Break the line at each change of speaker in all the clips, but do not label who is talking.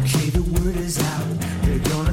Okay, the word is out. They're gonna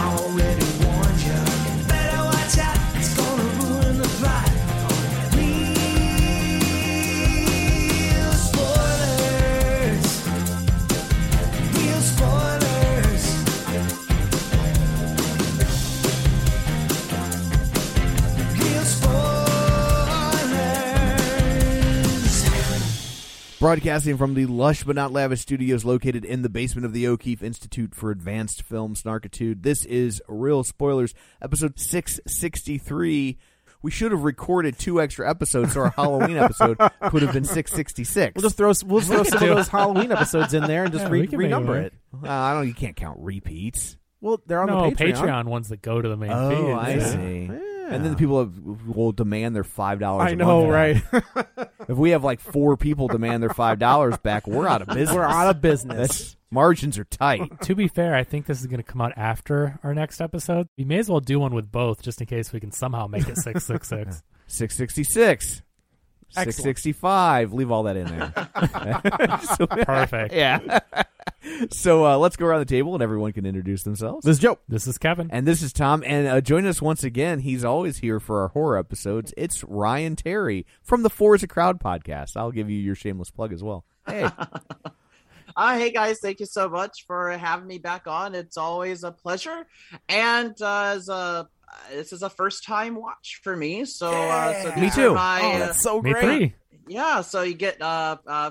already warned you. Better watch out, it's gonna ruin the plot. Real spoilers. Real spoilers. Real spoilers.
Broadcasting from the lush but not lavish studios located in the basement of the O'Keefe Institute for Advanced Film Snarkitude, this is Real Spoilers, episode 663. We should have recorded two extra episodes, so our Halloween episode could have been 666.
We'll just throw we'll just throw some of those Halloween episodes in there and just
Yeah,
re-
we can make it
renumber
work.
it.
Uh, I don't. You can't count repeats.
Well, they're on
no,
the Patreon.
ones that go to the main feed.
Oh, I
Yeah.
see. And then the people have, will demand their five dollars.
I know, right?
If we have like four people demand their five dollars back, we're out of business.
We're out of
That's-
business.
margins are tight.
To be fair, I think this is going to come out after our next episode. We may as well do one with both, just in case we can somehow make it six six six.
Six sixty six.
Excellent.
Six sixty five. Leave all that in there.
Perfect.
yeah. so uh, let's go around the table and everyone can introduce themselves.
This is Joe.
This is Kevin.
and this is Tom, and uh, join us once again. He's always here for our horror episodes. It's Ryan Terry from the Four is a Crowd podcast. I'll give you your shameless plug as well. Hey,
Uh, hey guys, thank you so much for having me back on. It's always a pleasure, and uh, as a this is a first time watch for me, so uh, so
Me
these
too.
are My, uh,
Oh, so
Me three.
yeah, so you get uh, uh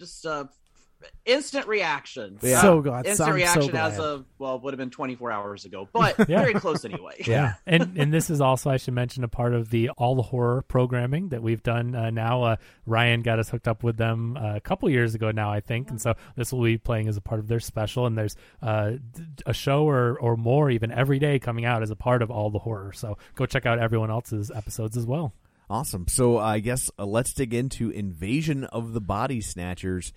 just uh instant reaction.
Yeah.
Uh,
So good.
instant
I'm
reaction
so glad.
as of well would have been 24 hours ago, but
Yeah.
very close anyway.
yeah.
and and this is also I should mention a part of the all horror programming that we've done uh, now. Uh, Ryan got us hooked up with them uh, a couple years ago now, I think, and so this will be playing as a part of their special. And there's uh, d- a show or or more even every day coming out as a part of all the horror. So go check out everyone else's episodes as well.
Awesome. So I guess uh, let's dig into Invasion of the Body Snatchers.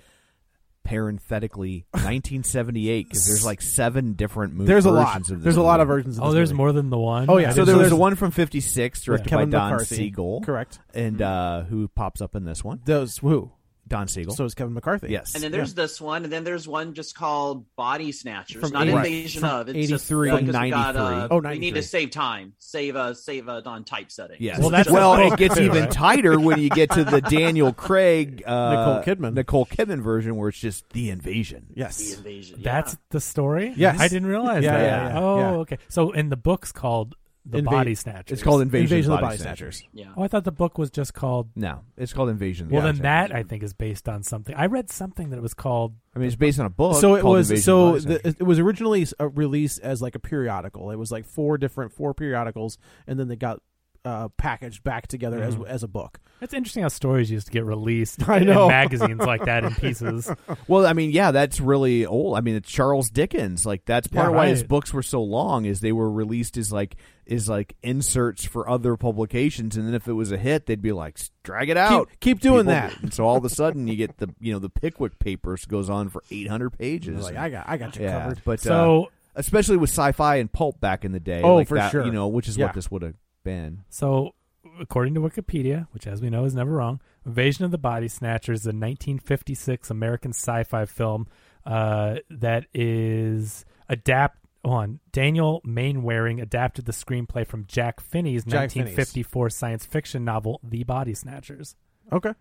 Parenthetically, 1978, because there's like seven different movies.
There's a lot.
Of this
There's a lot of
movie.
versions. Of
Oh,
this
there's
movie.
more than the one.
Oh, yeah.
I
So
didn't-
there was
there's-
the one from '56, directed
Kevin
by Don
McCarthy.
Siegel,
Correct.
and uh, who pops up in this one?
Those who?
Don Siegel.
So is Kevin McCarthy.
yes,
And then there's this one, and then there's one just called Body Snatchers,
From
not
80
Invasion
from
of. It's just
83.
uh, 'cause we got,
93.
uh,
Oh,
we need
93.
to save time, save uh, save uh, on typesetting.
Yes.
Well, that's
well.
a
It
joke,
gets
too,
even
right?
tighter when you get to the Daniel Craig, uh,
Nicole Kidman.
Nicole Kidman version, where it's just the invasion.
the
Yes.
invasion.
That's the story.
Yes.
I didn't realize
Yeah,
that.
yeah, yeah,
oh,
yeah.
okay. So in the book's called the
Inva-
Body Snatchers.
It's called Invasion,
Invasion
of
of the
Body
Body
Snatchers.
yeah.
Oh, I thought the book was just called
No, it's called Invasion. of the
Well,
Body
then
Snatchers.
that I think is based on something. I read something that it was called.
I mean, it's based on a book.
So it
called
was
Invasion of
so
Body Snatchers.
the, it was originally s- uh, released as like a periodical. It was like four different four periodicals, and then they got uh, packaged back together
Mm-hmm.
as as a book.
It's interesting how stories used to get released
I know.
in magazines like that in pieces.
Well, I mean, yeah, that's really old. I mean, it's Charles Dickens. Like that's part
Yeah,
of why
right.
his books were so long is they were released as like is like inserts for other publications, and then if it was a hit, they'd be like, drag it out,
keep doing
People-
that.
And so all of a sudden, you get the you know the Pickwick Papers goes on for eight hundred pages.
Like I got I got you
yeah,
covered.
but uh,
So
especially with sci-fi and pulp back in the day.
Oh,
like
for
that,
sure.
You know, which is
Yeah.
what this would have been.
So, according to Wikipedia, which as we know is never wrong, Invasion of the Body Snatchers is a 1956 American sci-fi film uh, that is adapt hold on Daniel Mainwaring adapted the screenplay from Jack Finney's
Jack Finney's.
1954 science fiction novel The Body Snatchers.
Okay,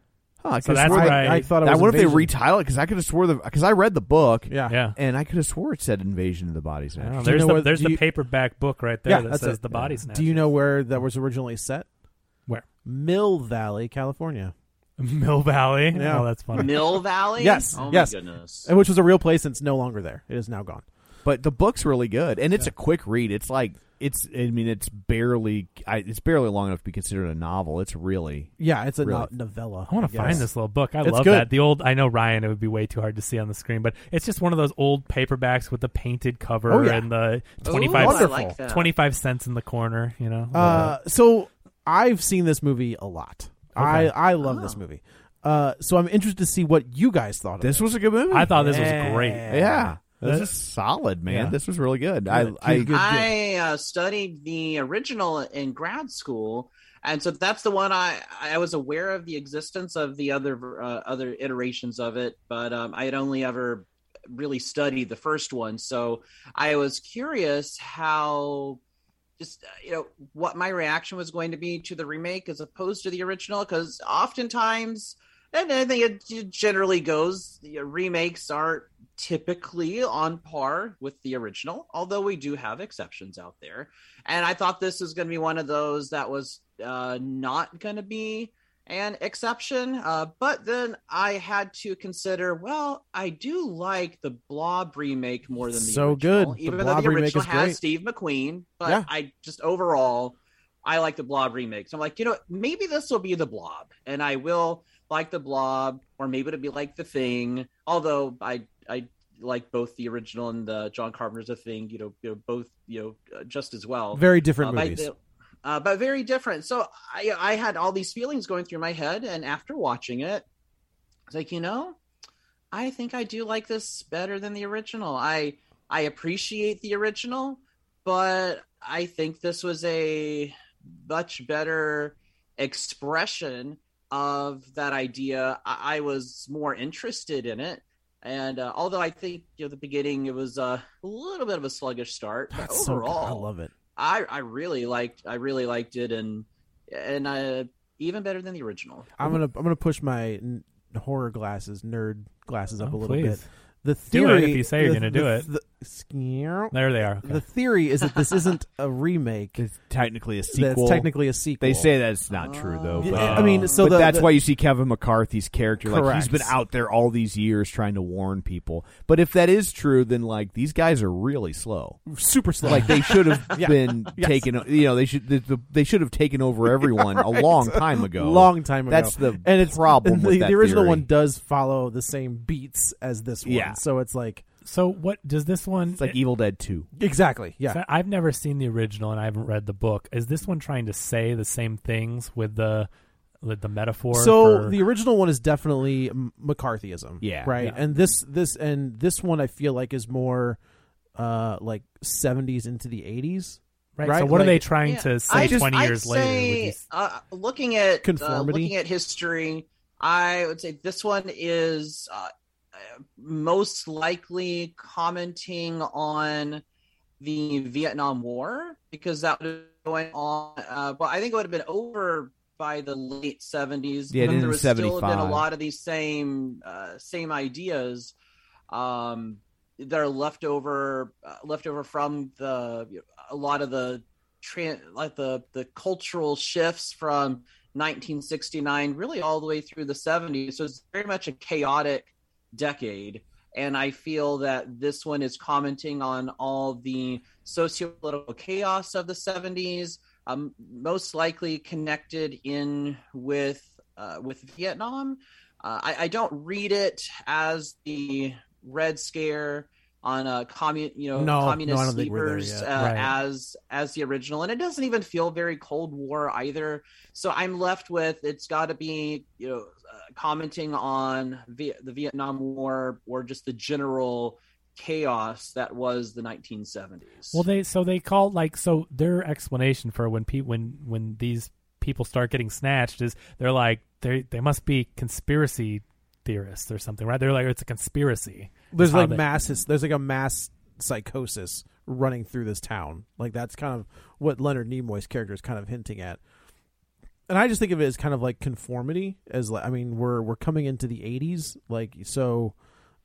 Huh,
So that's
I,
where-
I thought it
I
was
wonder if
invasion.
they retitle it because I could have swore the because I read the book.
Yeah.
Yeah.
and I could have swore it said "Invasion of the Body
I don't know.
Snatchers."
Do you
There's
know
the,
what-
there's
do
the
you-
paperback book right there
Yeah,
that
that's
says
it.
The Body Snatchers.
Do you know where that was originally set?
where
Mill Valley, California,
Mill Valley?
Yeah.
Oh, that's funny.
Mill Valley?
Yes,
Oh
yes.
my goodness.
and which was a real place and it's no longer there. It is now gone.
But the book's really good, and it's a quick read. It's like it's. I mean, it's barely. I, it's barely long enough to be considered a novel. It's really.
Yeah, it's a
Really?
no- novella.
I want to find
guess.
this little book. I
It's
love
good.
that. The old, I know Ryan, it would be way too hard to see on the screen, but it's just one of those old paperbacks with the painted cover
Oh, yeah.
and the
Ooh,
25,
I like that.
25 cents in the corner, you know?
Uh, so I've seen this movie a lot. I I love this movie. Uh, so I'm interested to see what you guys thought. Of
This was a good movie.
I thought this was great.
Yeah.
Yeah, this
That-
is sololid, man.
Yeah.
This was really good. I.
Good,
I
good, good.
I uh, studied the original in grad school, and so that's the one I I was aware of the existence of the other ver- uh, other iterations of it, but um, I had only ever really studied the first one, so I was curious how just uh, you know what my reaction was going to be to the remake as opposed to the original because oftentimes and i think it g- generally goes the remakes are typically on par with the original although we do have exceptions out there and i thought this was going to be one of those that was uh, not going to be an exception uh, but then i had to consider well i do like the blob remake more than the
So
original,
good. The
even though
Blob
the
remake
original
is
has
great.
Steve McQueen, but
Yeah.
I just overall I like the Blob remake. So I'm like, you know, maybe this will be the Blob, and I will like the Blob, or maybe it'll be like the Thing. Although I I like both the original and the John Carpenter's The Thing. You know, you know both you know uh, just as well.
Very different
Uh, but-
movies.
uh, but very different. So I, I had all these feelings going through my head, and after watching it, I was like, you know, I think I do like this better than the original. I I appreciate the original, but I think this was a much better expression of that idea. I, I was more interested in it. And uh, although I think you know the beginning, it was uh, a little bit of a sluggish start. but
That's so good.
overall,
I love it.
I I really liked I really liked it and and uh even better than the original.
I'm gonna I'm gonna push my n- horror glasses, nerd glasses up
Oh,
a little
please.
bit. The
Do it
theory
if you say you're
the-
gonna do
the-
it.
the- skew-
there they are. Okay.
The theory is that this isn't a remake.
it's technically a
That's
sequel.
technically a sequel.
They say that's not true though. But,
I mean, so
but
the-
that's
the-
why you see Kevin McCarthy's character. Like he's
Correct.
been out there all these years trying to warn people. But if that is true, then like these guys are really slow.
super slow.
like they should have
Yeah.
been
Yes.
taken you know they should the, the, they should have taken over everyone a long time ago
long time ago.
that's the
and it's
problem
and the,
with that
the original
theory.
one does follow the same beats as this one.
Yeah.
So it's like
so what does this one...
it's like Evil Dead 2
exactly. Yeah.
So I've never seen the original and I haven't read the book. Is this one trying to say the same things with the with the metaphor?
so
for-
the original one is definitely M- McCarthyism.
Yeah.
Right.
Yeah.
And this this and this one I feel like is more uh like 70s into the 80s.
right,
right,
So what
like-
are they trying
Yeah,
to say
I just-
twenty
I'd
years later? with
say,
these-
uh, looking at uh,
Conformity?
looking at history, I would say this one is uh, uh, most likely commenting on the Vietnam War because that would have been going on. Uh, but I think it would have been over by the late seventies.
Yeah, it
there
ended in
was still been a
75.
lot of these same uh, same ideas um, that are left over uh, left over from the a lot of the tran like the the cultural shifts from 1969 really all the way through the 70s so it's very much a chaotic decade and i feel that this one is commenting on all the socio-political chaos of the 70s um, most likely connected in with uh, with Vietnam. Uh, I, I don't read it as the Red Scare on uh, commun you know
No,
communist
no, I don't think we're there
sleepers uh,
yet. Right.
as as the original, and it doesn't even feel very Cold War either. So I'm left with it's got to be you know uh, commenting on v- the Vietnam War or just the general chaos that was the 1970s.
Well, they so they call like so their explanation for when pe- when when these people start getting snatched is they're like they they must be conspiracy theorists or something, right? They're like it's a conspiracy.
There's
How
like
they-
mass. hys- There's like a mass psychosis running through this town. Like that's kind of what Leonard Nimoy's character is kind of hinting at. And I just think of it as kind of like conformity. As like, I mean, we're we're coming into the '80s, like so.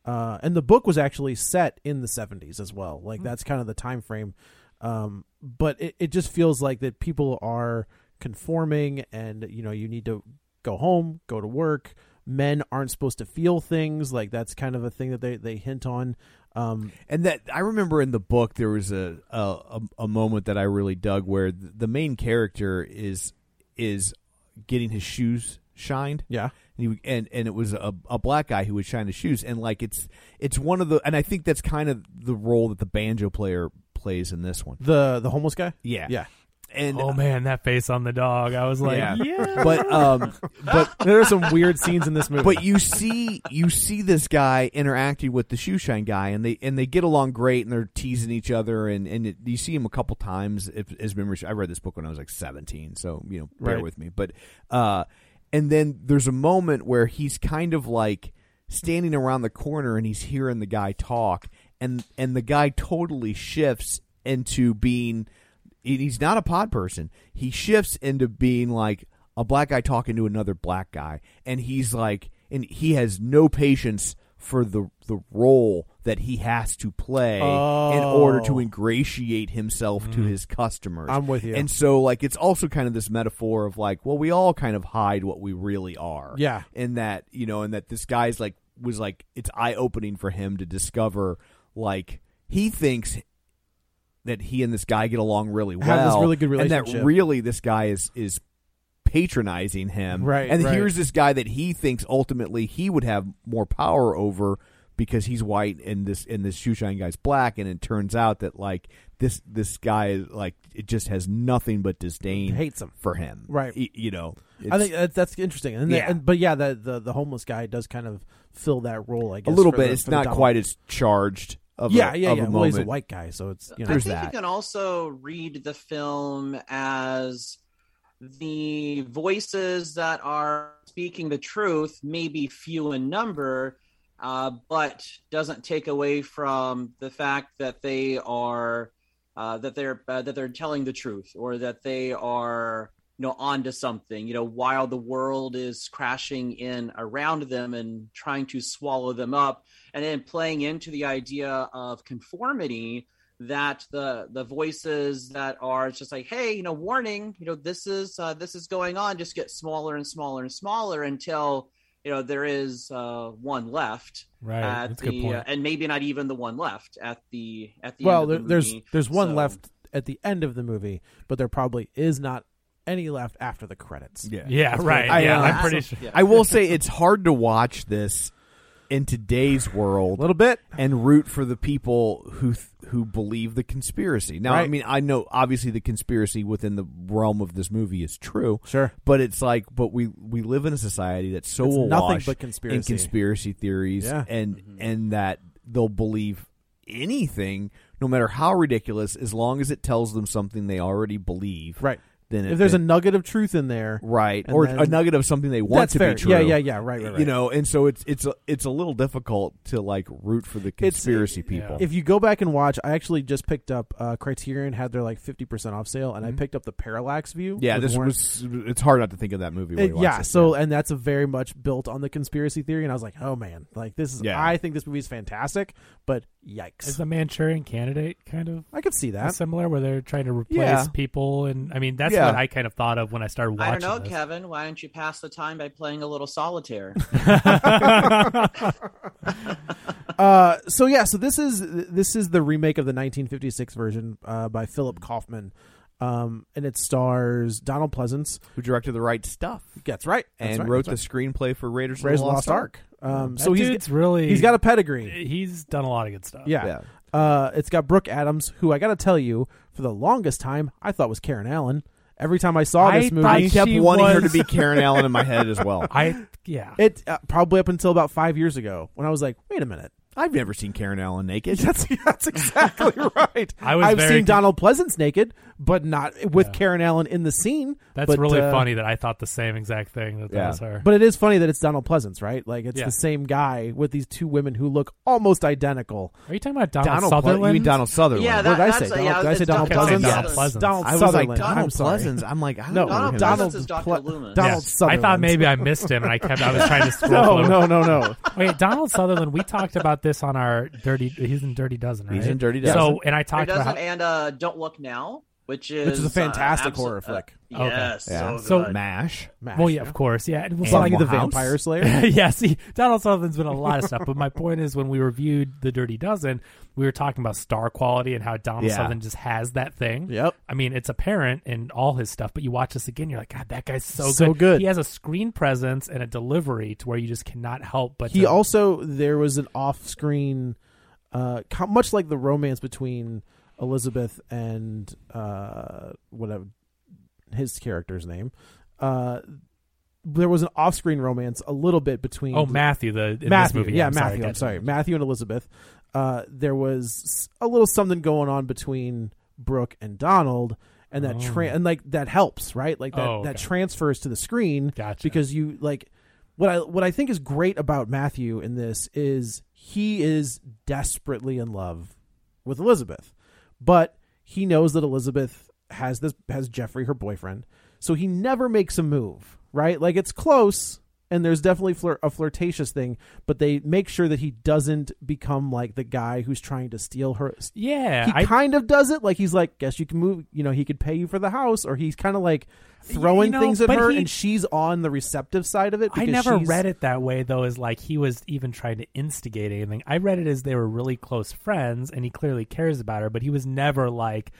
Uh, and the book was actually set in the '70s as well. Like that's kind of the time frame. Um, but it, it just feels like that people are conforming, and you know, you need to go home, go to work. Men aren't supposed to feel things. Like that's kind of a thing that they they hint on. Um,
And that I remember in the book there was a a, a, a moment that I really dug where th- the main character is is getting his shoes shined.
Yeah.
And, he, and and it was a, a black guy who would shine his shoes and like it's it's one of the and I think that's kind of the role that the banjo player plays in this one.
the the homeless guy.
Yeah.
yeah.
And
Oh man, that face on the dog! I was like,
Yeah.
yeah,
but um but
There are some weird scenes in this movie.
but you see you see this guy interacting with the shoeshine guy and they and they get along great and they're teasing each other and and it, you see him a couple times if as memory i read this book when i was like 17 so you know bear
Right.
with me but uh and then there's a moment where he's kind of like standing around the corner and he's hearing the guy talk and and the guy totally shifts into being and he's not a pod person. He shifts into being like a black guy talking to another black guy, and he's like, and he has no patience for the the role that he has to play in order to ingratiate himself to his customers.
Oh. Mm. I'm with you.
And so, like, it's also kind of this metaphor of like, well, we all kind of hide what we really are.
Yeah.
In that, you know, and that this guy's like was like it's eye opening for him to discover like he thinks that he and this guy get along really well,
Have this really good
and that
relationship.
really this guy is is patronizing him,
Right,
And
right.
here's this guy that he thinks ultimately he would have more power over because he's white and this and this shoeshine guy's black, and it turns out that like this this guy is like it just has nothing but disdain
Hates him.
for him,
Right.
Y- you know,
I
it's
think that's, that's interesting. And,
Yeah.
and- but yeah, the, the the homeless guy does kind of fill that role, I
a
guess.
little
for
bit.
the-
it's
for the
not
dominant-
quite as charged of
yeah,
a,
yeah,
of
yeah.
a
well, he's a
moment.
white guy, so it's you know.
I think
that.
you can also read the film as the voices that are speaking the truth, maybe few in number, uh, but doesn't take away from the fact that they are uh, that they're uh, that they're telling the truth or that they are you know onto something. You know, while the world is crashing in around them and trying to swallow them up, and then playing into the idea of conformity that the the voices that are it's just like hey you know warning you know this is uh, this is going on just get smaller and smaller and smaller until you know there is uh, one left
right.
at
That's a good
the
point.
uh, and maybe not even the one left at the at the
well,
end of
there,
the
there's
movie.
there's one
So-
left at the end of the movie, but there probably is not any left after the credits.
yeah, right.
I,
yeah,
uh,
I'm pretty sure.
Yeah.
I will say it's hard to watch this in today's world
a little bit.
and root for the people who th- who believe the conspiracy. Now, I
Right.
mean, I know obviously the conspiracy within the realm of this movie is true.
Sure.
but it's like, but we we live in a society that's so
It's nothing
awash
but
in
conspiracy.
conspiracy theories,
Yeah. Mm-hmm.
and and that they'll believe anything, no matter how ridiculous, as long as it tells them something they already believe.
Right.
Then it,
If there's a
then-
nugget of truth in there,
right
And
or a
then-
nugget of something they want
That's
to
fair.
be true
Yeah, yeah, yeah. Right, right, right.
you know and so it's it's a, it's a little difficult to like root for the conspiracy people
If you go back and watch, I actually just picked up uh, Criterion had their like fifty percent off sale, and I picked up the Parallax View.
Mm-hmm. yeah
with
this
Warren-
was it's hard not to think of that movie when
It-
you watch
Uh, yeah,
this,
so and that's a very much built on the conspiracy theory, and I was like, oh man, like this is.
Yeah.
I think this movie is fantastic, but
Is
yikes,
the Manchurian Candidate kind of
I could see that.
similar, where they're trying to replace
Yeah.
people? And I mean, that's
Yeah.
what I kind of thought of when I started watching.
I don't know,
this.
Kevin. Why don't you pass the time by playing a little solitaire?
Uh, so yeah, so this is this is the remake of the 1956 version uh, by Philip Kaufman. um, and it stars Donald Pleasance.
who directed the right stuff
That's right, that's
and
right,
wrote the
that's
screenplay for Raiders, of
right. Raiders of the Lost Ark. Um,
That
so he's
dude's really
he's got a pedigree.
he's done a lot of good stuff.
Yeah.
Yeah.
Uh, it's got Brooke Adams, who I got to tell you, for the longest time, I thought was Karen Allen. Every time I saw
I
this movie,
thought
I kept
She
wanting her to
was-
be Karen Allen in my head as well.
I yeah.
it uh, probably up until about five years ago when I was like, wait a minute.
I've never seen Karen Allen naked.
That's that's exactly right.
I was
I've
very
seen
con-
Donald Pleasance naked, but not with Karen Allen in the scene.
That's
but,
really
uh,
funny that I thought the same exact thing that that
Yeah.
was her.
But it is funny that it's Donald Pleasance, right? Like it's
Yeah.
the same guy with these two women who look almost identical.
Are you talking about Donald,
Donald, Ple-
Sutherland?
you mean Donald Sutherland?
Yeah,
What
that-
did I
that's
say?
a- yeah,
Donald- did I say
it's
Donald
Donald
Pleasance?
Donald Pleasance.
Donald
I was like
Sutherland. I'm
Donald
sorry.
Pleasance. I'm like, I don't
No,
know
Donald
him.
Donald
Pleasance is Dr.
Ple-
Loomis.
Donald
Yes.
Sutherland.
I thought maybe I missed him, and I kept. I was trying to scroll.
no,
through.
no, no, no.
Wait, Donald Sutherland. We talked about this on our dirty. He's in Dirty Dozen, right?
He's in Dirty Dozen.
So, and I
It
talked about.
doesn't
How,
and uh, Don't Look Now, which is
Which is a fantastic
uh,
horror
uh,
flick.
Okay.
yes,
Yeah.
so, good.
Mash.
Mash,
well, yeah, of course, yeah. And, well,
It's not like
Animal
the
House.
Vampire Slayer.
yeah, see, Donald Sutherland's been in a lot of stuff, but my point is, when we reviewed The Dirty Dozen, we were talking about star quality and how Donald
Yeah.
Sutherland just has that thing.
Yep.
I mean, it's apparent in all his stuff, but you watch this again, you're like, God, that guy's so,
So
good.
good.
He has a screen presence and a delivery to where you just cannot help but
he
to-
also there was an off-screen, uh, co- much like the romance between Elizabeth and uh, whatever his character's name. Uh, there was an off-screen romance a little bit between
oh Matthew the in this
Matthew,
movie.
yeah,
I'm sorry,
Matthew. I'm
gotcha.
sorry, Matthew and Elizabeth. Uh, there was a little something going on between Brooke and Donald, and that tran and like that helps, right? Like that
Oh,
that
okay.
transfers to the screen
Gotcha.
because you like what I what I think is great about Matthew in this is he is desperately in love with Elizabeth, but he knows that Elizabeth has this has Jeffrey her boyfriend, so he never makes a move. Right, like it's close, and there's definitely flir- a flirtatious thing, but they make sure that he doesn't become like the guy who's trying to steal her.
Yeah,
He
I-
kind of does it, like he's like, guess you can move. You know, he could pay you for the house, or he's kind of like throwing
You know,
things at
but
her,
he-
and she's on the receptive side of it.
I
because
never
she's-
read it that way though. As like he was even trying to instigate anything. I read it as they were really close friends, and he clearly cares about her, but he was never like,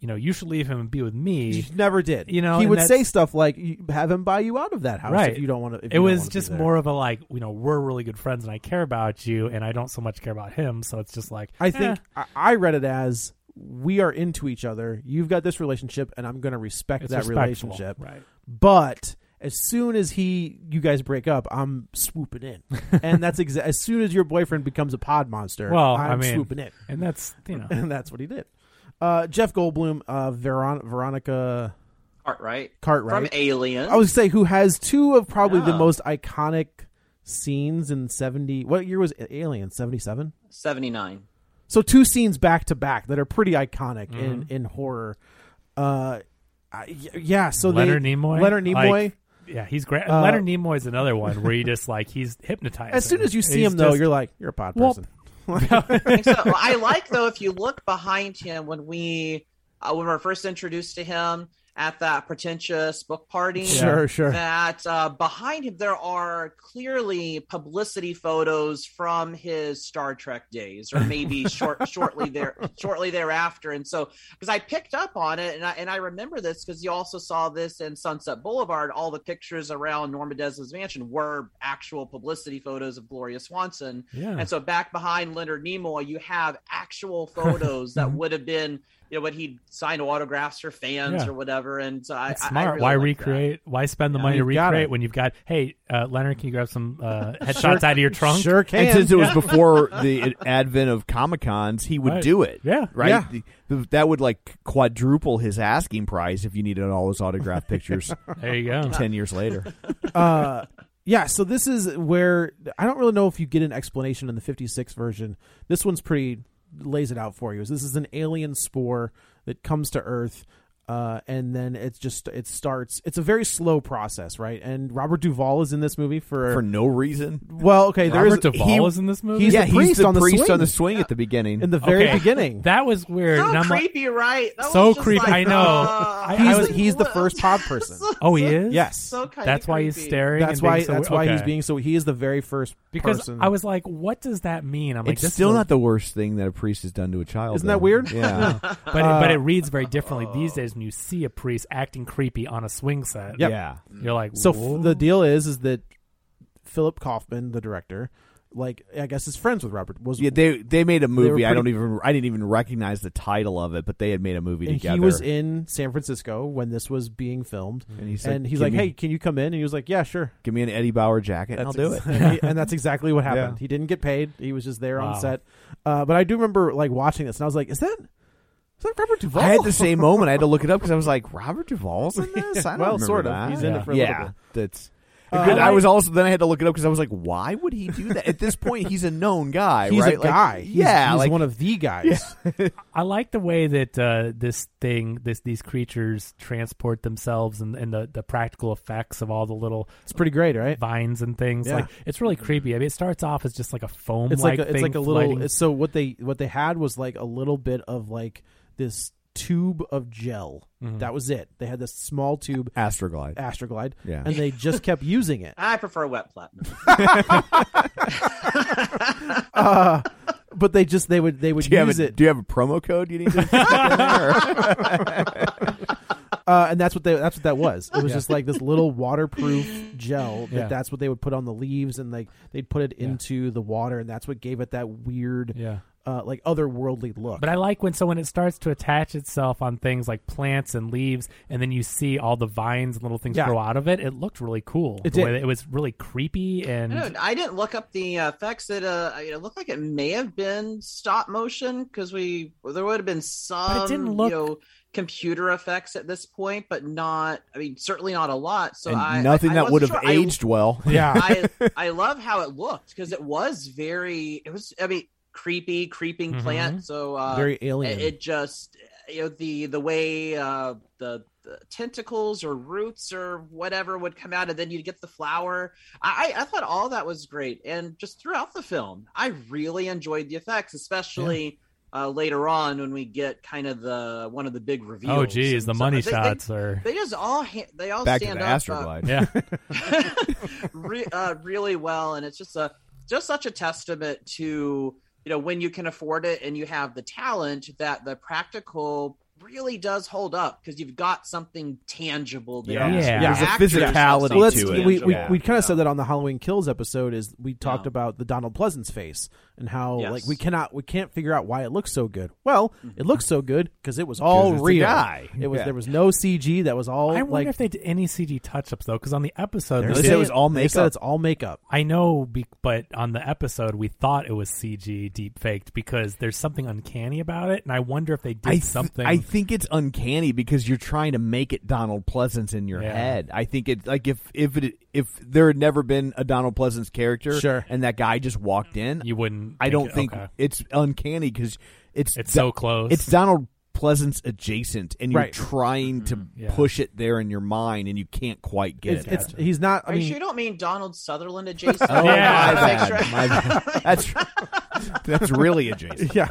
you know, you should leave him and be with me.
She never did.
You know,
he
and
would say
that's-
stuff like, "You- "Have him buy you out of that house
right.
if you don't want to."
It was just more of a like, you know, we're really good friends, and I care about you, and I don't so much care about him. So it's just like
I think
eh.
I, I read it as we are into each other. You've got this relationship, and I'm going to respect
It's
that
respectful,
relationship.
right.
But as soon as he, you guys break up, I'm swooping in, and that's exa- as soon as your boyfriend becomes a pod monster.
Well,
I'm
I mean,
swooping in,
and that's you know,
and that's what he did. Uh, Jeff Goldblum, uh, Veron- Veronica
Cartwright,
Cartwright
from Alien.
I was gonna say who has two of probably the
Yeah.
most iconic scenes in seventy. What year was A- Alien? Seventy seven.
seventy nine.
So two scenes back to back that are pretty iconic in in horror. Uh, I, y- yeah. So they-
Leonard Nimoy,
Leonard
Like,
Nimoy.
yeah, he's great.
Uh,
Leonard Nimoy is another one where you just like he's hypnotized.
as soon as you see him, though, you're like, you're a pod
Well,
person.
so I like though if you look behind him when we uh, when we we're first introduced to him at that pretentious book party.
Sure, sure.
That uh, behind him there are clearly publicity photos from his Star Trek days, or maybe short shortly there shortly thereafter. And so because I picked up on it and I and I remember this because you also saw this in Sunset Boulevard. All the pictures around Norma Desmond's mansion were actual publicity photos of Gloria Swanson.
Yeah.
And so back behind Leonard Nimoy, you have actual photos
Mm-hmm.
that would have been, you know, what he'd sign autographs for fans
Yeah.
or whatever. And so I,
That's
I- I
smart.
really
why
like
recreate? Why spend the money to
you've got
recreate
it.
when you've got? Hey, uh, Leonard, can you grab some uh, headshots out of your trunk?
Sure can.
And since it was before the advent of Comic Cons, he would
Right.
do it.
Yeah.
Right?
Yeah.
The- that would like quadruple his asking price if you needed all those autograph pictures
There you go.
10 years later.
uh, yeah, so this is where I don't really know if you get an explanation in the 56 version. This one's pretty lays it out for you. This is an alien spore that comes to Earth. Uh, and then it's just it starts. It's a very slow process, right? And Robert Duvall is in this movie for,
For no reason.
well, okay. There is
Robert Duvall
he-
is in this movie.
he's
yeah,
the priest
he's the
on the
priest
swing.
on the swing at the beginning.
in the very
Okay.
beginning.
That was weird.
That.
and
So
I'm like-
creepy, right? That was
So
just
creepy,
like,
I know.
uh,
I-
he's
I was-
the, he's the first pod person.
oh, he is.
Yes,
so kinda
That's why he's
creepy.
staring.
that's
and being
why
so
that's
weird.
why he's
Okay.
being so. He is the very first
Because
person.
I was like, what does that mean? I'm like,
it's
this
still
is-
not the worst thing that a priest has done to a child.
Isn't that
though.
weird?
Yeah.
Uh,
But it, but it reads very differently these days and you see a priest acting creepy on a swing set.
Yep.
Yeah.
You're like,
So
"Whoa."
f- the deal is is that Philip Kaufman, the director, like I guess is friends with Robert. Was
Yeah, they they made a movie.
were
I don't
pretty-
even I didn't even recognize the title of it, but they had made a movie
and
together.
he was in San Francisco when this was being filmed,
and he's like,
and he's
"Give
like,
me-
"Hey, can you come in?" And he was like, "Yeah, sure."
give me an Eddie Bauer jacket, and I'll
That's
do it."
ex- and he- and that's exactly what happened.
Yeah.
He didn't get paid. He was just there
Wow.
on set. Uh, but I do remember like watching this, and I was like, "Is that is that Robert Duvall?"
I had the same moment. I had to look it up because I was like, Robert Duvall's in this. I don't
well,
remember
sort of.
that.
He's
yeah.
in it for a little
yeah,
bit.
that's.
Uh,
good. I
I-
was also then I had to look it up because I was like, why would he do that? At this point, he's a known guy,
He's
right?
a
Like,
guy. He's-
yeah,
he's
like
one of the guys.
I like the way that uh, this thing, this these creatures transport themselves, and, and the, the practical effects of all the little
It's pretty great, right?
vines and things.
Yeah.
Like it's really creepy. I mean, it starts off as just like a foam.
It's like a,
thing
it's like a little.
floating.
It's, so what they what they had was like a little bit of like this tube of gel.
Mm-hmm.
That was it. They had this small tube
Astroglide.
Astroglide,
Yeah.
and they just kept using it.
I prefer wet platinum.
But they just they would they would
Do you, have
use
a,
it,
do you have a promo code you need to stick in there?
uh, and that's what they that's what that was. It was just like this little waterproof gel. That
Yeah.
That's what they would put on the leaves, and like they'd put it into the water, and that's what gave it that weird,
yeah.
uh, like otherworldly look.
But I like when so when it starts to attach itself on things like plants and leaves, and then you see all the vines and little things
Yeah.
grow out of it. It looked really cool.
It
The way
did.
that it was really creepy and
I, don't, I didn't look up the uh, effects. It uh, I- it looked like it may have been stop motion because we there would have been some
didn't
you
look-
know computer effects at this point, but not. I mean, certainly not a lot. So
and
I,
nothing
I- I
that would have
wasn't sure. I-
aged well.
yeah,
I I love how it looked because it was very. It was I mean creepy creeping
Mm-hmm.
plant. So uh,
very alien.
it, it just you know the the way uh the, the tentacles or roots or whatever would come out and then you'd get the flower i i I thought all that was great and just throughout the film i really enjoyed the effects especially uh later on when we get kind of the one of the big reveals
oh geez,
And
the
so
money
they- they-
shots are
they just all ha- they all
Back to
stand
the
up uh,
Astroglide.
yeah.
re- uh, really well, and it's just a just such a testament to you know when you can afford it and you have the talent that the practical really does hold up because you've got something tangible there.
Yeah.
Yeah.
The
There's
a
actors have
physicality
something
well, that's
to it.
we we,
tangible.
we kind
Yeah.
of said that on the Halloween Kills episode is we talked
Yeah.
about the Donald Pleasance face and how
Yes. Mm-hmm.
like we cannot we can't figure out why it looks so good. Well, it looks so good because it was
'Cause
all
it's a
real.
guy.
It was
Yeah.
there was no CG. That was all
I wonder
like
if they did any CG touch ups though, because on the episode
they
they
They said
did-
it was all
They said
makeup.
it's all makeup.
I know, be- but on the episode we thought it was CG deep faked because there's something uncanny about it, and I wonder if they did
I th-
something.
I think it's uncanny because you're trying to make it Donald Pleasance in your
Yeah.
head. I think it like if if it if there had never been a Donald Pleasance character,
Sure.
and that guy just walked in,
you wouldn't.
I don't
it-
think
okay.
it's uncanny because it's
It's
Do-
so close.
It's Donald Pleasance adjacent, and you're
Right.
trying to
Mm-hmm. Yeah.
push it there in your mind, and you can't quite get
It's,
it.
it's- he's not. I
Are you
mean,
sure you don't mean Donald Sutherland adjacent?
oh
Yeah.
my bad. My bad. That's that's really adjacent.
yeah.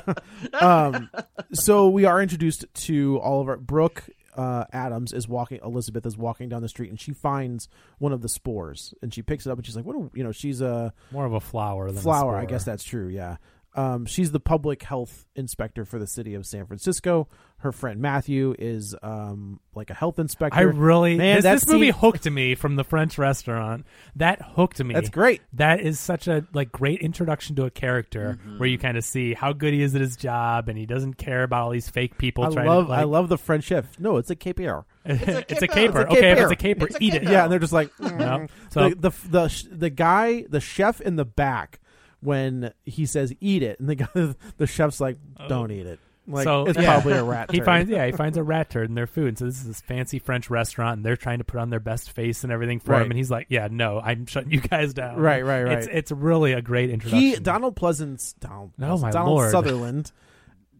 Um, so we are introduced to all of our Brooke uh, Adams is walking. Elizabeth is walking down the street, and she finds one of the spores, and she picks it up, and she's like, "What? A, you know, she's a
more of a flower than a
flower. I
spore.
guess that's true. Yeah. Um, she's the public health inspector for the city of San Francisco. Her friend Matthew is um, like a health inspector.
I really
man,
this,
that
this movie
scene-
hooked me from the French restaurant. That hooked me.
That's great.
That is such a like great introduction to a character
Mm-hmm.
where you kind of see how good he is at his job and he doesn't care about all these fake people
I
trying
love.
to like,
I love the French chef. No, it's a KPR.
it's, a
It's a
caper.
caper.
Okay, if
It's
it's
a
a caper,
It's a
eat it.
caper.
Yeah, and they're just like
No.
the,
So
the the sh- the guy, the chef in the back when he says eat it, and the guy, the chef's like, don't eat it. Like
Uh, so
it's
yeah.
probably a rat.
He
turd.
finds yeah, he finds a rat turd in their food. So this is this fancy French restaurant, and they're trying to put on their best face and everything for
Right.
him. And he's like, "Yeah, no, I'm shutting you guys down."
Right, right, right.
It's it's really a great introduction.
He Donald Pleasance Donald,
Oh,
Pleasance,
my
Donald
lord.
Sutherland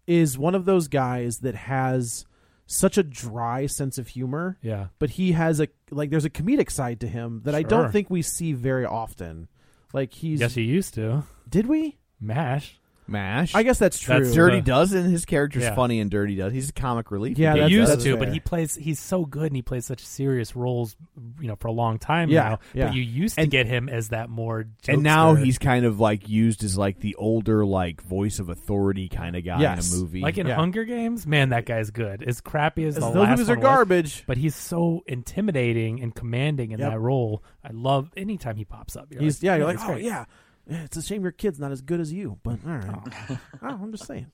is one of those guys that has such a dry sense of humor,
yeah,
but he has a like there's a comedic side to him that I
Sure.
don't think we see very often. Like he's
yes, he used to
did we?
mash.
Mash.
I guess that's true.
That's
Dirty
Uh,
Dozen. His character's
yeah.
funny and Dirty Dozen. He's a comic relief.
Yeah,
in
that's-
he
Dirty
used
Dozen.
to,
fair.
but he plays. He's so good, and he plays such serious roles, you know, for a long time
Yeah,
now.
yeah.
But you used to
And-
get him as that more.
And now
jokester.
he's kind of like used as like the older like voice of authority kind of guy
Yes.
in a movie.
like in
yeah.
Hunger Games. Man, that guy's good. As crappy as the
Those
last
movies are
one was,
garbage.
but he's so intimidating and commanding in
Yep.
that role. I love anytime he pops up. You're
He's
like,
yeah. You're like,
that's
oh
great."
yeah. Yeah, It's a shame your kid's not as good as you, but all right. Oh, I'm just saying.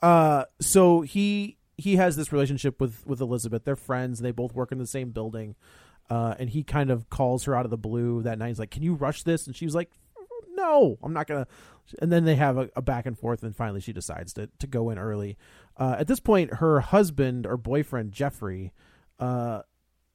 Uh, so he he has this relationship with with Elizabeth. They're friends. They both work in the same building. Uh, and he kind of calls her out of the blue that night. He's like, "Can you rush this?" And she's like, "No, I'm not gonna." And then they have a, a back and forth, and finally she decides to to go in early. Uh, at this point, her husband or boyfriend Jeffrey, uh,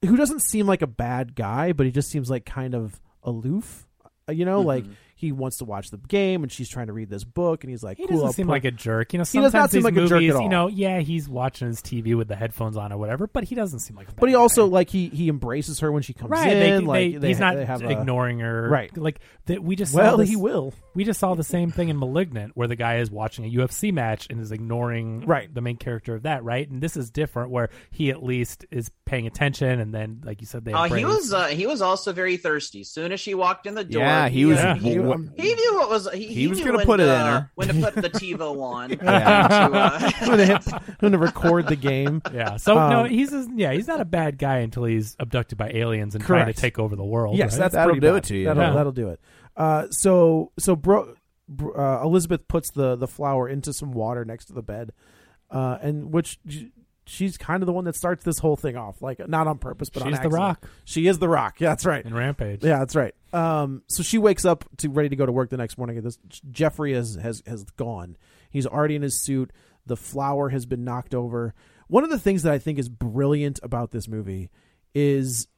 who doesn't seem like a bad guy, but he just seems like kind of aloof. Uh, You know,
Mm-hmm.
like he wants to watch the game, and she's trying to read this book, and he's like,
He
cool,
doesn't
I'll
seem
put-
like a jerk. You know,
He does
sometimes
not seem
these
like a
movies,
jerk at all.
you know, yeah, he's watching his TV with the headphones on or whatever, but he doesn't seem like a bad
But he also
guy.
like he he embraces her when she comes
right.
in.
they,
like
they,
they,
he's not
they have a-
ignoring her.
Right.
Like that we just saw
well,
this-
he will.
We just saw the same thing in Malignant where the guy is watching a UFC match and is ignoring
Right.
the main character of that, right? And this is different where he at least is paying attention and then like you said they
Uh, he
embrace.
was uh, he was also very thirsty. Soon as she walked in the door,
yeah, he was.
Yeah.
He,
wa-
he knew what was he,
He was
knew
gonna
when
put
to, uh,
it in her.
when to put the TiVo on.
Yeah.
to, uh,
When they hit- when they record the game.
Yeah. So no,
Um,
he's just, yeah, he's not a bad guy until he's abducted by aliens and trying
Correct.
to take over the world.
Yes,
right?
that's
That'll
pretty
do
bad.
it to you.
That'll,
Yeah.
that'll do it. Uh, so so bro, br- uh, Elizabeth puts the the flower into some water next to the bed, uh, and which j- she's kind of the one that starts this whole thing off, like not on purpose, but on
She's the
accident.
Rock.
She is the rock. Yeah, that's right.
in Rampage.
Yeah, that's right. Um, so she wakes up to ready to go to work the next morning. And this Jeffrey has has has gone. He's already in his suit. The flower has been knocked over. One of the things that I think is brilliant about this movie is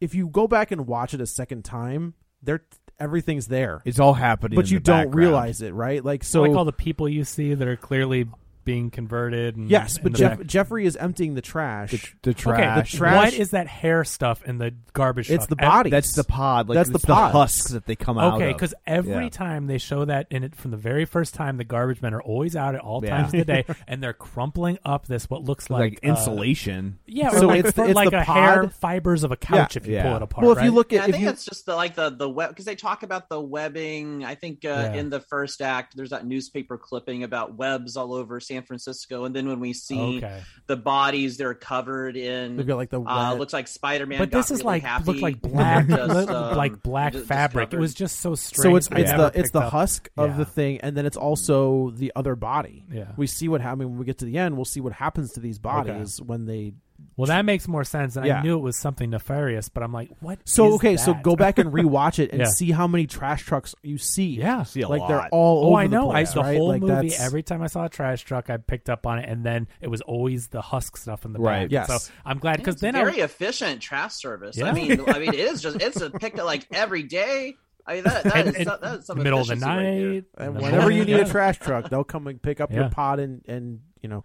if you go back and watch it a second time, there everything's there,
It's all happening,
but
in
you
the
don't
background.
realize it, right? Like so,
like all the people you see that are clearly being converted. And,
yes.
and
But
the
Jeff,
back-
Jeffrey is emptying the trash.
the, the
okay,
trash.
the
trash-
What is that hair stuff in the garbage?
It's
truck?
the body.
That's the pod. Like
That's the
it's
pod.
husks that they come out.
Okay,
of.
because every
Yeah.
time they show that in it from the very first time, the garbage men are always out at all
Yeah.
times of the day, and they're crumpling up this what looks
like,
like, uh,
insulation.
yeah, or
So
like,
it's the-
fr-
it's
like
the
a hair
pod?
fibers of a couch
Yeah.
if you
Yeah.
pull it apart.
well, if you
right?
look
yeah,
at
I
if
think
you,
it's just the like the the web because they talk about the webbing. I think uh,
Yeah.
in the first act, there's that newspaper clipping about webs all over San Francisco, and then when we see
okay,
the bodies, they're covered in.
they've got like the
uh,
wet-
looks like Spider Man.
but this is like looked like black, looked
uh,
um,
like black fabric. It was just so strange.
So it's
that I
it's
never
the it's
picked
the
up.
husk of
Yeah.
the thing, and then it's also the other body.
Yeah.
we see what happened when we get to the end. We'll see what happens to these bodies when they.
Well, that makes more sense, and
Yeah.
I knew it was something nefarious, but I'm like, what?
So
is
okay, so
that?
go back and rewatch it and
Yeah.
see how many trash trucks you see.
Yeah.
See a
like they're
lot.
all
Oh,
over
I
the
know.
place,
I, the
right?
whole
Like,
movie,
that's-
every time I saw a trash truck, I picked up on it, and then it was always the husk stuff in the
Right.
back.
Yes.
So I'm glad because
Because
then
very
I,
efficient trash service. I
Yeah.
mean, I mean, it is just it's a pick up like every day. I mean, that, that, is,
and-
some- that is some
middle of the
efficiency right there.
night,
and
in the
whenever you
morning,
need a
yeah.
trash truck, they'll come and pick up your
Yeah.
pot and and you know,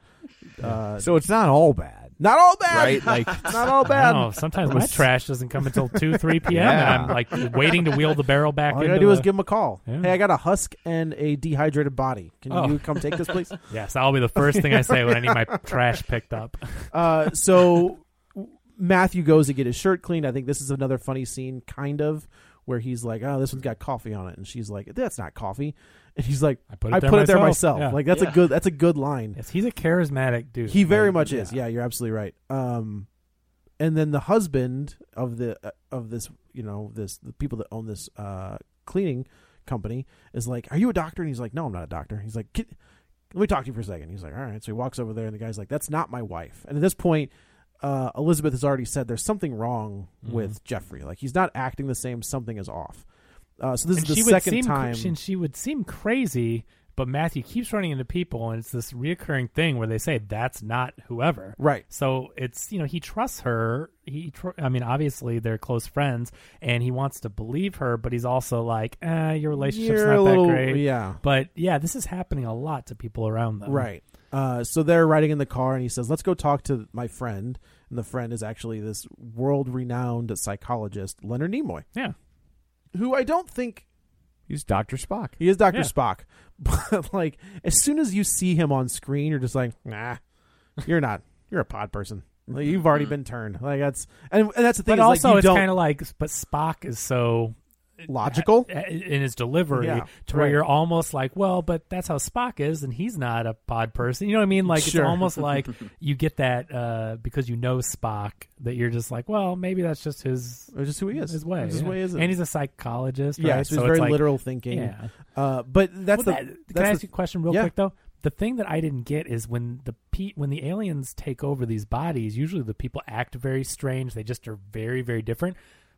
uh,
So it's not all bad,
not all bad,
right? Like
not all
I
bad.
know. Sometimes my trash doesn't come until two, three p.m.
Yeah.
and I'm like waiting to wheel the barrel back.
All I
into
gotta do is
the-
give them a call.
Yeah.
Hey, I got a husk and a dehydrated body. Can
Oh.
you come take this, please?
Yes, that'll be the first thing I say when I need my trash picked up.
Uh, so Matthew goes to get his shirt cleaned. I think this is another funny scene, kind of, where he's like, "Oh, this one's got coffee on it," and she's like, "That's not coffee," and he's like, "I put it, there, myself."
Yeah.
Like that's a
Yeah.
good that's a good line.
Yes, he's a charismatic dude.
He very
Like,
much is. Yeah, you're absolutely right. Um, and then the husband of the uh, of this, you know, this the people that own this uh cleaning company is like, "Are you a doctor?" And he's like, "No, I'm not a doctor." He's like, "Can- "Let me talk to you for a second. He's like, "All right." So he walks over there, and the guy's like, "That's not my wife." And at this point. Uh, Elizabeth has already said there's something wrong
Mm-hmm.
with Jeffrey. Like he's not acting the same. Something is off. Uh, so this
And
is the
she would
second
seem,
time.
And she would seem crazy, but Matthew keeps running into people, and it's this reoccurring thing where they say that's not whoever.
Right.
So it's you know he trusts her. He, tr- I mean, obviously they're close friends, and he wants to believe her, but he's also like, eh, your relationship's
You're
not
a little-
that great.
yeah.
But yeah, this is happening a lot to people around them.
Right. Uh, so they're riding in the car, and he says, "Let's go talk to my friend." And the friend is actually this world-renowned psychologist, Leonard Nimoy,
Yeah.
who I don't think
He's Doctor Spock.
He is Doctor
Yeah.
Spock, but like as soon as you see him on screen, you're just like, nah, you're not. You're a pod person. Like, you've already been turned. Like that's and, and that's the thing.
But
is,
also,
like, you
it's
don't
kind of like, but Spock is so
logical.
a- in his delivery
Yeah,
to where
right.
you're almost like, well, but that's how Spock is, and he's not a pod person. You know what I mean? Like
Sure.
it's almost like you get that uh, because you know Spock that you're just like, well, maybe that's just his
It's just who he is.
his way.
It's just
yeah.
who he is.
and he's a psychologist.
yeah,
right?
so
So
it's very
like-
literal thinking.
Yeah.
Uh, but that's
Well,
the.
that-
that's
can I
the-
ask you a question real
yeah.
quick though? The thing that I didn't get is when the pe- when the aliens take over these bodies, usually the people act very strange. They just are very very different.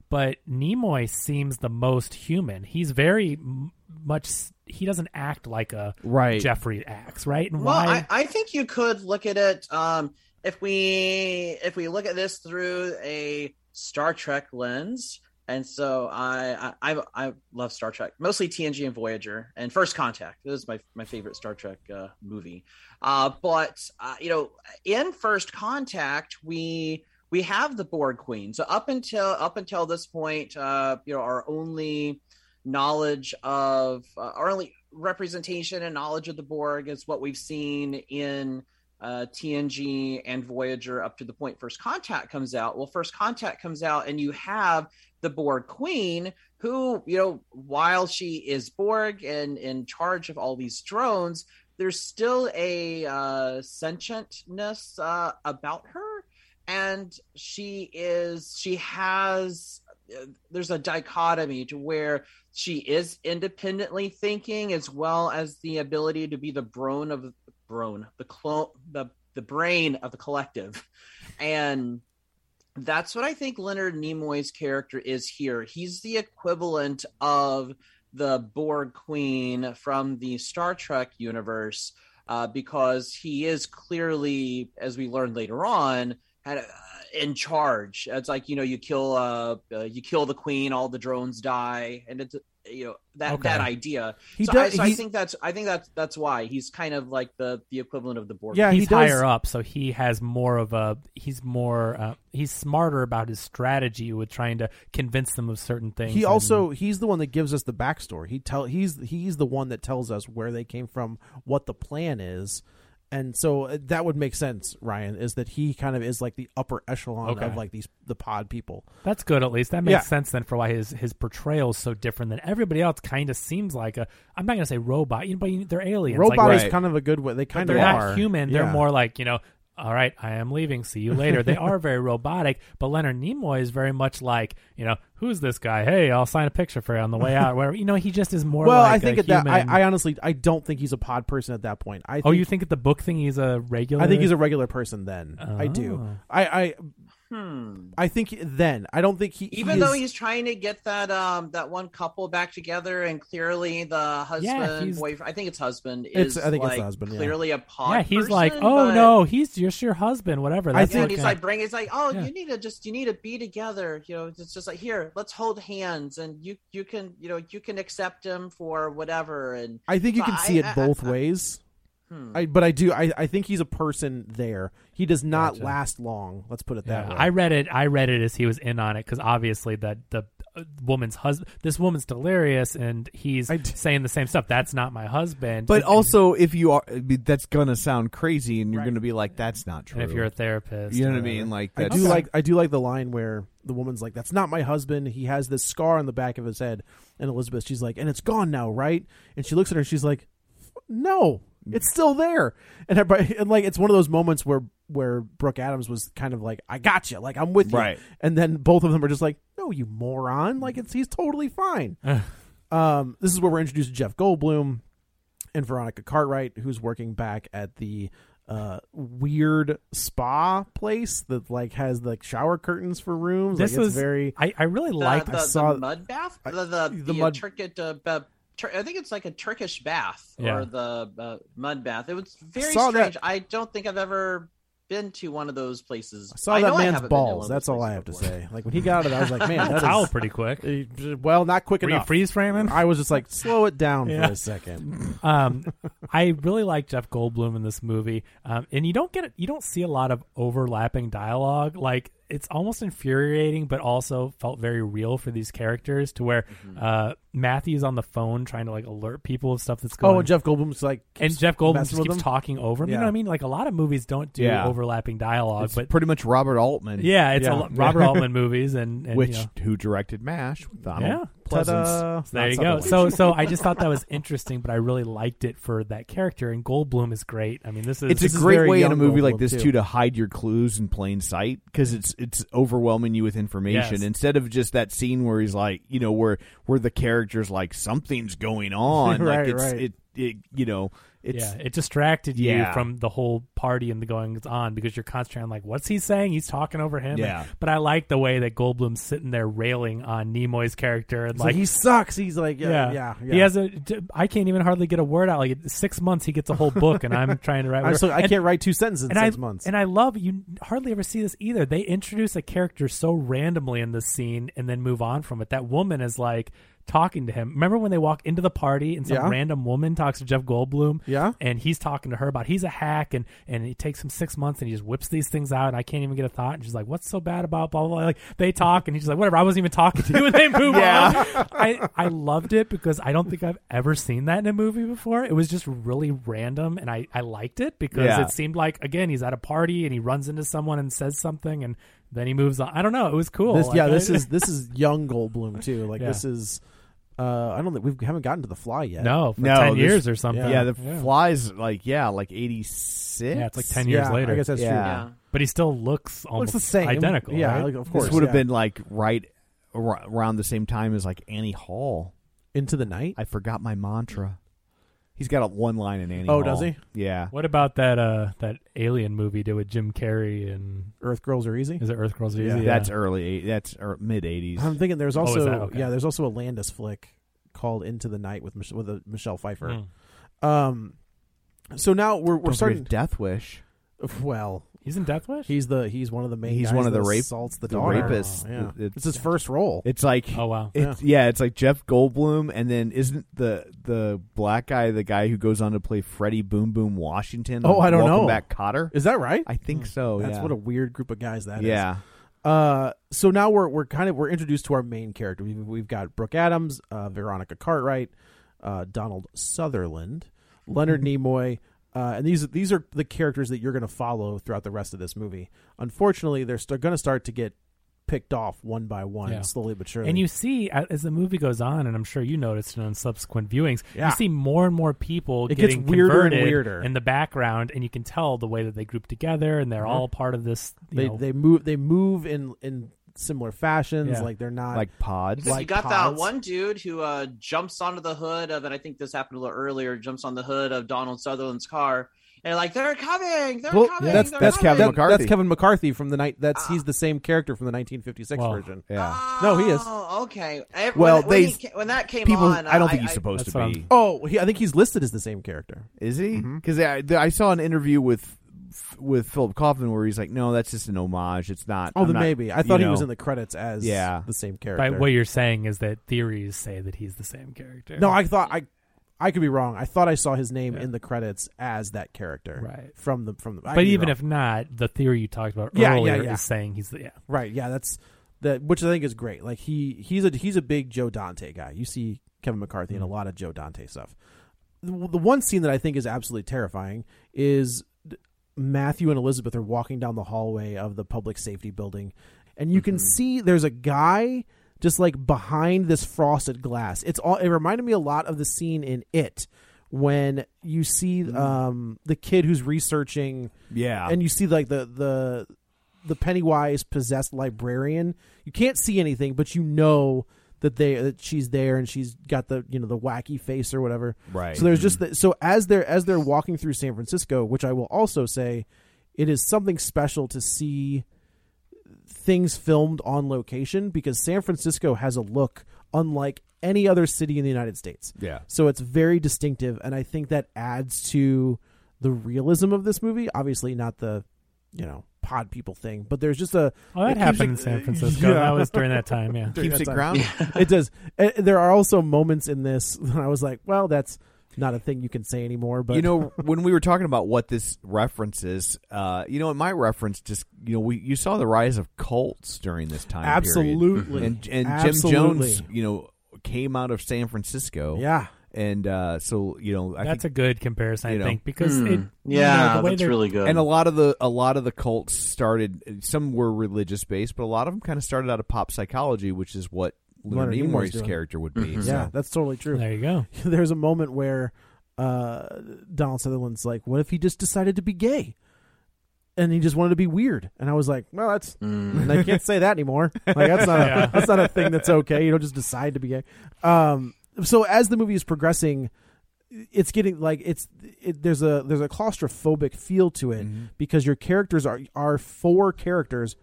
But Nimoy seems the most human. He's very m- much. s- He doesn't act like a
Right.
Jeffrey acts, right? And
Well,
why?
I, I think you could look at it um, if we if we look at this through a Star Trek lens. And so I I, I, I love Star Trek, mostly TNG and Voyager and First Contact. This is my my favorite Star Trek uh, movie. Uh, but uh, you know, in First Contact, we we have the Borg Queen. So up until up until this point, uh, you know, our only knowledge of uh, our only representation and knowledge of the Borg is what we've seen in uh, TNG and Voyager up to the point First Contact comes out. Well, First Contact comes out, and you have the Borg Queen, who, you know, while she is Borg and in charge of all these drones, there's still a uh, sentientness uh, about her. And she is, she has, uh, there's a dichotomy to where she is independently thinking as well as the ability to be the brain of brain the clone the the brain of the collective and that's what i think leonard nimoy's character is here he's the equivalent of the borg queen from the star trek universe uh, because he is clearly as we learn later on had uh, in charge it's like you know you kill uh, uh you kill the queen all the drones die and it's you know that
Okay.
that idea
He
so,
does-
I, so I
he-
think that's I think that's that's why he's kind of like the the equivalent of the Borg.
Yeah,
he's
he does.
higher up, so he has more of a he's more uh, he's smarter about his strategy with trying to convince them of certain things.
He
and-
also he's the one that gives us the backstory. He tell he's he's the one that tells us where they came from, what the plan is, and so uh, that would make sense. Ryan is that he kind of is like the upper echelon
Okay.
of like these the pod people.
That's good, at least. That makes
Yeah.
sense then for why his his portrayal is so different than everybody else. Kind of seems like a. I'm not gonna say robot, you know, but you- they're aliens.
Robot
like,
is
Right.
kind of a good way. They kind
they're
of
not
are
human. They're
Yeah.
more like you know. All right, I am leaving. See you later. They are very robotic, but Leonard Nimoy is very much like you know who's this guy? Hey, I'll sign a picture for you on the way out. Whatever. You know, he just is more.
Well,
like
I think
a
at that
human-
I, I honestly I don't think he's a pod person at that point. I think,
oh, you think at the book thing he's a regular?
I think he's a regular person then. I do.
Oh.
I I
Hmm.
I think he- then I don't think he
Even
he
though
is-
he's trying to get that um that one couple back together, and clearly the husband
he's-
boyfriend I think it's husband
It's-
is
I think it's
like
the husband, yeah.
clearly a pod.
yeah. He's like,
person,
oh
but-
no, he's just your husband. Whatever.
I
That's
Yeah,
think-
and he's
okay.
like bring. It's like, oh,
Yeah.
you need to just you need to be together. You know, it's just like here, let's hold hands, and you you can you know you can accept him for whatever. And
I think you
So
can
I-
see it
I-
both
I-
ways.
Hmm.
I, but I do. I, I think he's a person there. He does not
Gotcha.
last long. Let's put it that
Yeah,
way.
I read it. I read it as he was in on it because obviously that the uh, woman's husband, this woman's delirious, and he's
I d-
saying the same stuff. That's not my husband.
But
And-
also, if you are, I mean, that's gonna sound crazy, and you're
Right.
gonna be like, "That's not true."
and if you're a therapist, uh,
you know what I
whatever.
mean? Like,
I
that's,
do like I do like the line where the woman's like, "That's not my husband. He has this scar on the back of his head." And Elizabeth, she's like, "And it's gone now, right?" And she looks at her. She's like, "No,
Mm.
it's still there." And everybody, and like, it's one of those moments where where Brooke Adams was kind of like, "I got you. Like, I'm with you."
Right.
And then both of them are just like, "No, you moron! Like, it's he's totally fine." um, this is where we're introduced to Jeff Goldblum and Veronica Cartwright, who's working back at the uh weird spa place that like has like shower curtains for rooms
This
like it's
was
very
I, I really
the,
like
the,
I saw-
the mud bath,
I-
the the,
the
the,
mud-
Turkic. Uh, ba- Tur- I think it's like a Turkish bath
Yeah.
or the uh, mud bath. It was very
saw that-
strange. I don't think I've ever been to one of those places.
I saw
I
that
know I
man's
haven't been to one of
balls
those
that's all i
places
have to
before.
say like when he got out of it i was like man
that
that
towel
is
pretty quick.
Uh, well not quick
Were you
enough
freeze framing?
i was just like slow it down
Yeah.
for a second
um, I really like Jeff Goldblum in this movie, um, and you don't get you don't see a lot of overlapping dialogue. Like it's almost infuriating, but also felt very real for these characters to where
Mm-hmm.
uh, Matthew's on the phone trying to like alert people of stuff that's going.
Oh, and Jeff Goldblum's like
and
keeps
Jeff Goldblum
messing
just
with
keeps
them.
talking over him. You
Yeah.
know what I mean? Like a lot of movies don't do
Yeah.
overlapping dialogue,
It's
Uh, but
pretty much Robert Altman.
yeah, it's
yeah.
A, lo- Robert Altman movies and, and
which
you know.
who directed MASH? Donald
Yeah.
Pleasance.
Ta-da.
So there
Uh, Not
you go.
Sutherland.
So so I just thought that was interesting, but I really liked it for that character. And Goldblum is great. I mean, this is
It's
this
a
is
great
very
way in a
young
movie like
Goldblum,
this too.
too.
to hide your clues in plain sight because it's it's overwhelming you with information
Yes.
instead of just that scene where he's like you know where where the characters like something's going on like
Right,
it's
right.
it it you know it's
yeah, it distracted you
Yeah.
from the whole party and the goings on because you're concentrating on like what's he saying? He's talking over him.
Yeah.
but I like the way that Goldblum's sitting there railing on Nimoy's character and
It's like,
like
he sucks. He's like yeah,
yeah,
yeah. yeah.
He has a. I can't even hardly get a word out. Like six months, he gets a whole book, and I'm trying to write.
I,
whatever.
still, I
And-
can't write two sentences in
and
six
I,
months.
And I love you hardly ever see this either. They introduce a character so randomly in this scene and then move on from it. That woman is like talking to him. Remember when they walk into the party and some
Yeah.
random woman talks to Jeff Goldblum?
Yeah.
And he's talking to her about he's a hack and and it takes him six months and he just whips these things out and I can't even get a thought. And she's like, What's so bad about blah blah blah? Like they talk and he's just like, Whatever, I wasn't even talking to you and they move on. I, I loved it because I don't think I've ever seen that in a movie before. It was just really random and I, I liked it because
Yeah.
it seemed like again he's at a party and he runs into someone and says something and then he moves on. I don't know. It was cool.
This,
Like,
yeah,
Oh, I-
this is this is young Goldblum too. Like
Yeah.
this is, uh, I don't think we've, we haven't gotten to the fly yet.
no for
No,
ten
this-
years or something.
yeah, the flies like yeah like 86
Yeah, it's like ten
Yeah,
years later.
I guess that's
Yeah.
true.
yeah.
but he still looks
Looks
almost
the same.
identical.
Yeah,
right?
like, of course.
this would have
yeah.
been like right ar- around the same time as like Annie Hall
into the night.
I forgot my mantra he's got a one line in Annie Hall.
Oh, does he?
yeah
What about that uh that alien movie did with Jim Carrey and
Earth girls are easy.
is it Earth Girls?
Yeah.
Easy?
that's early eight- that's er, mid 80s
I'm thinking there's
Oh, is
also
that? Okay.
yeah, there's also a Landis flick called Into the Night with Mich- with a Michelle Pfeiffer.
Mm.
Um, so now we're we're
Don't forget
starting.
Death Wish
Well,
He's in Death Wish.
he's the he's one of the main.
He's
guys
one of the
that
rape-
assaults the,
the
daughter.
rapists.
Yeah,
It-
it's his first role.
It's like
Oh, wow.
it's, yeah. it's like Jeff Goldblum, and then isn't the the black guy the guy who goes on to play Freddie Boom Boom Washington?
Oh,
on
I don't
Welcome
know.
Back Cotter.
is that right?
I think so.
That's
yeah.
what a weird group of guys that is.
yeah.
Uh, so now we're we're kind of we're introduced to our main character. We've, we've got Brooke Adams, uh, Veronica Cartwright, uh, Donald Sutherland, Leonard Nimoy, uh, and these these are the characters that you're going to follow throughout the rest of this movie. Unfortunately, they're st- going to start to get picked off one by one,
Yeah.
slowly but surely.
And you see, a- as the movie goes on, and I'm sure you noticed it on subsequent viewings,
Yeah.
you see more and more people
It gets
getting
weirder and
converted
weirder.
in the background, and you can tell the way that they group together, and they're all part of this.
Mm-hmm.
You
they
know,
they move they move in in similar fashions.
Yeah.
Like they're not
Like pods.
Like
you got
pods?
that one dude who uh, jumps onto the hood of, and I think this happened a little earlier. Jumps on the hood of Donald Sutherland's car, and like they're coming, they're
Well,
coming.
that's-
they're
that's
coming.
Kevin Mc- McCarthy.
That's Kevin McCarthy from the night. That's he's the same character from the 1956
Wow.
version.
yeah.
No, he is.
Oh, okay. I- when-
Well,
when,
they-
he ca- when that came
People,
on,
I don't think he's supposed
That's
to
what
be.
Oh, he, I think he's listed as the same character.
Is he?
Mm-hmm.
Because I, I saw an interview with with Philip Kaufman where he's like, "No, that's just an homage. It's not."
Oh,
I'm
then
not-
maybe. I
you
thought he
know.
was in the credits as
Yeah.
the same character.
by what you're saying is that theories say that he's the same character.
no, I thought I, I could be wrong. I thought I saw his name in the credits as that character.
Right.
From the from the. I could
but
be
even
wrong.
if not, the theory you talked about
Yeah, yeah,
earlier
yeah.
is saying he's the yeah.
right, yeah, that's that, which I think is great. Like he he's a he's a big Joe Dante guy. You see Kevin McCarthy in a lot of Joe Dante stuff. The, the one scene that I think is absolutely terrifying is Matthew and Elizabeth are walking down the hallway of the public safety building, and you can see there's a guy just like behind this frosted glass. It's all. It reminded me a lot of the scene in It when you see um, the kid who's researching,
Yeah.
and you see like the the the Pennywise possessed librarian. You can't see anything, but you know that they that she's there and she's got the you know the wacky face or whatever.
Right. Mm-hmm.
So there's just the, so as they're as they're walking through San Francisco, which I will also say, it is something special to see things filmed on location because San Francisco has a look unlike any other city in the United States.
Yeah.
So it's very distinctive, and I think that adds to the realism of this movie. Obviously, not the you know pod people thing, but there's just a
Oh,
it
that
keeps
happened
it-
in San Francisco.
Yeah.
That was during that time. Yeah.
keeps it grounded.
Eh, it does. Uh, There are also moments in this that I was like, well, that's not a thing you can say anymore. But
you know, when we were talking about what this references, uh, you know, in my reference, just you know, we you saw the rise of cults during this time. period.
Absolutely.
and and Jim
Absolutely.
Jones, you know, came out of San Francisco.
yeah,
and uh, so you know, I
That's
think,
a good comparison,
you
I
know.
think, because
Hmm.
it,
yeah,
you know, the way
that's
they're-
really good.
and a lot of the a lot of the cults started. Some were religious based, but a lot of them kind of started out of pop psychology, which is what Leonard,
Leonard Nimoy's
Nimoy's
doing.
character would be. so.
yeah, that's totally true.
There you go.
there's a moment where uh, Donald Sutherland's like, "What if he just decided to be gay?" And he just wanted to be weird, and I was like, "Well, that's and I can't say that anymore. Like that's not
Yeah.
a, that's not a thing that's okay. You don't just decide to be gay." Um, so as the movie is progressing, it's getting like it's it, there's a there's a claustrophobic feel to it
Mm-hmm.
because your characters are are four characters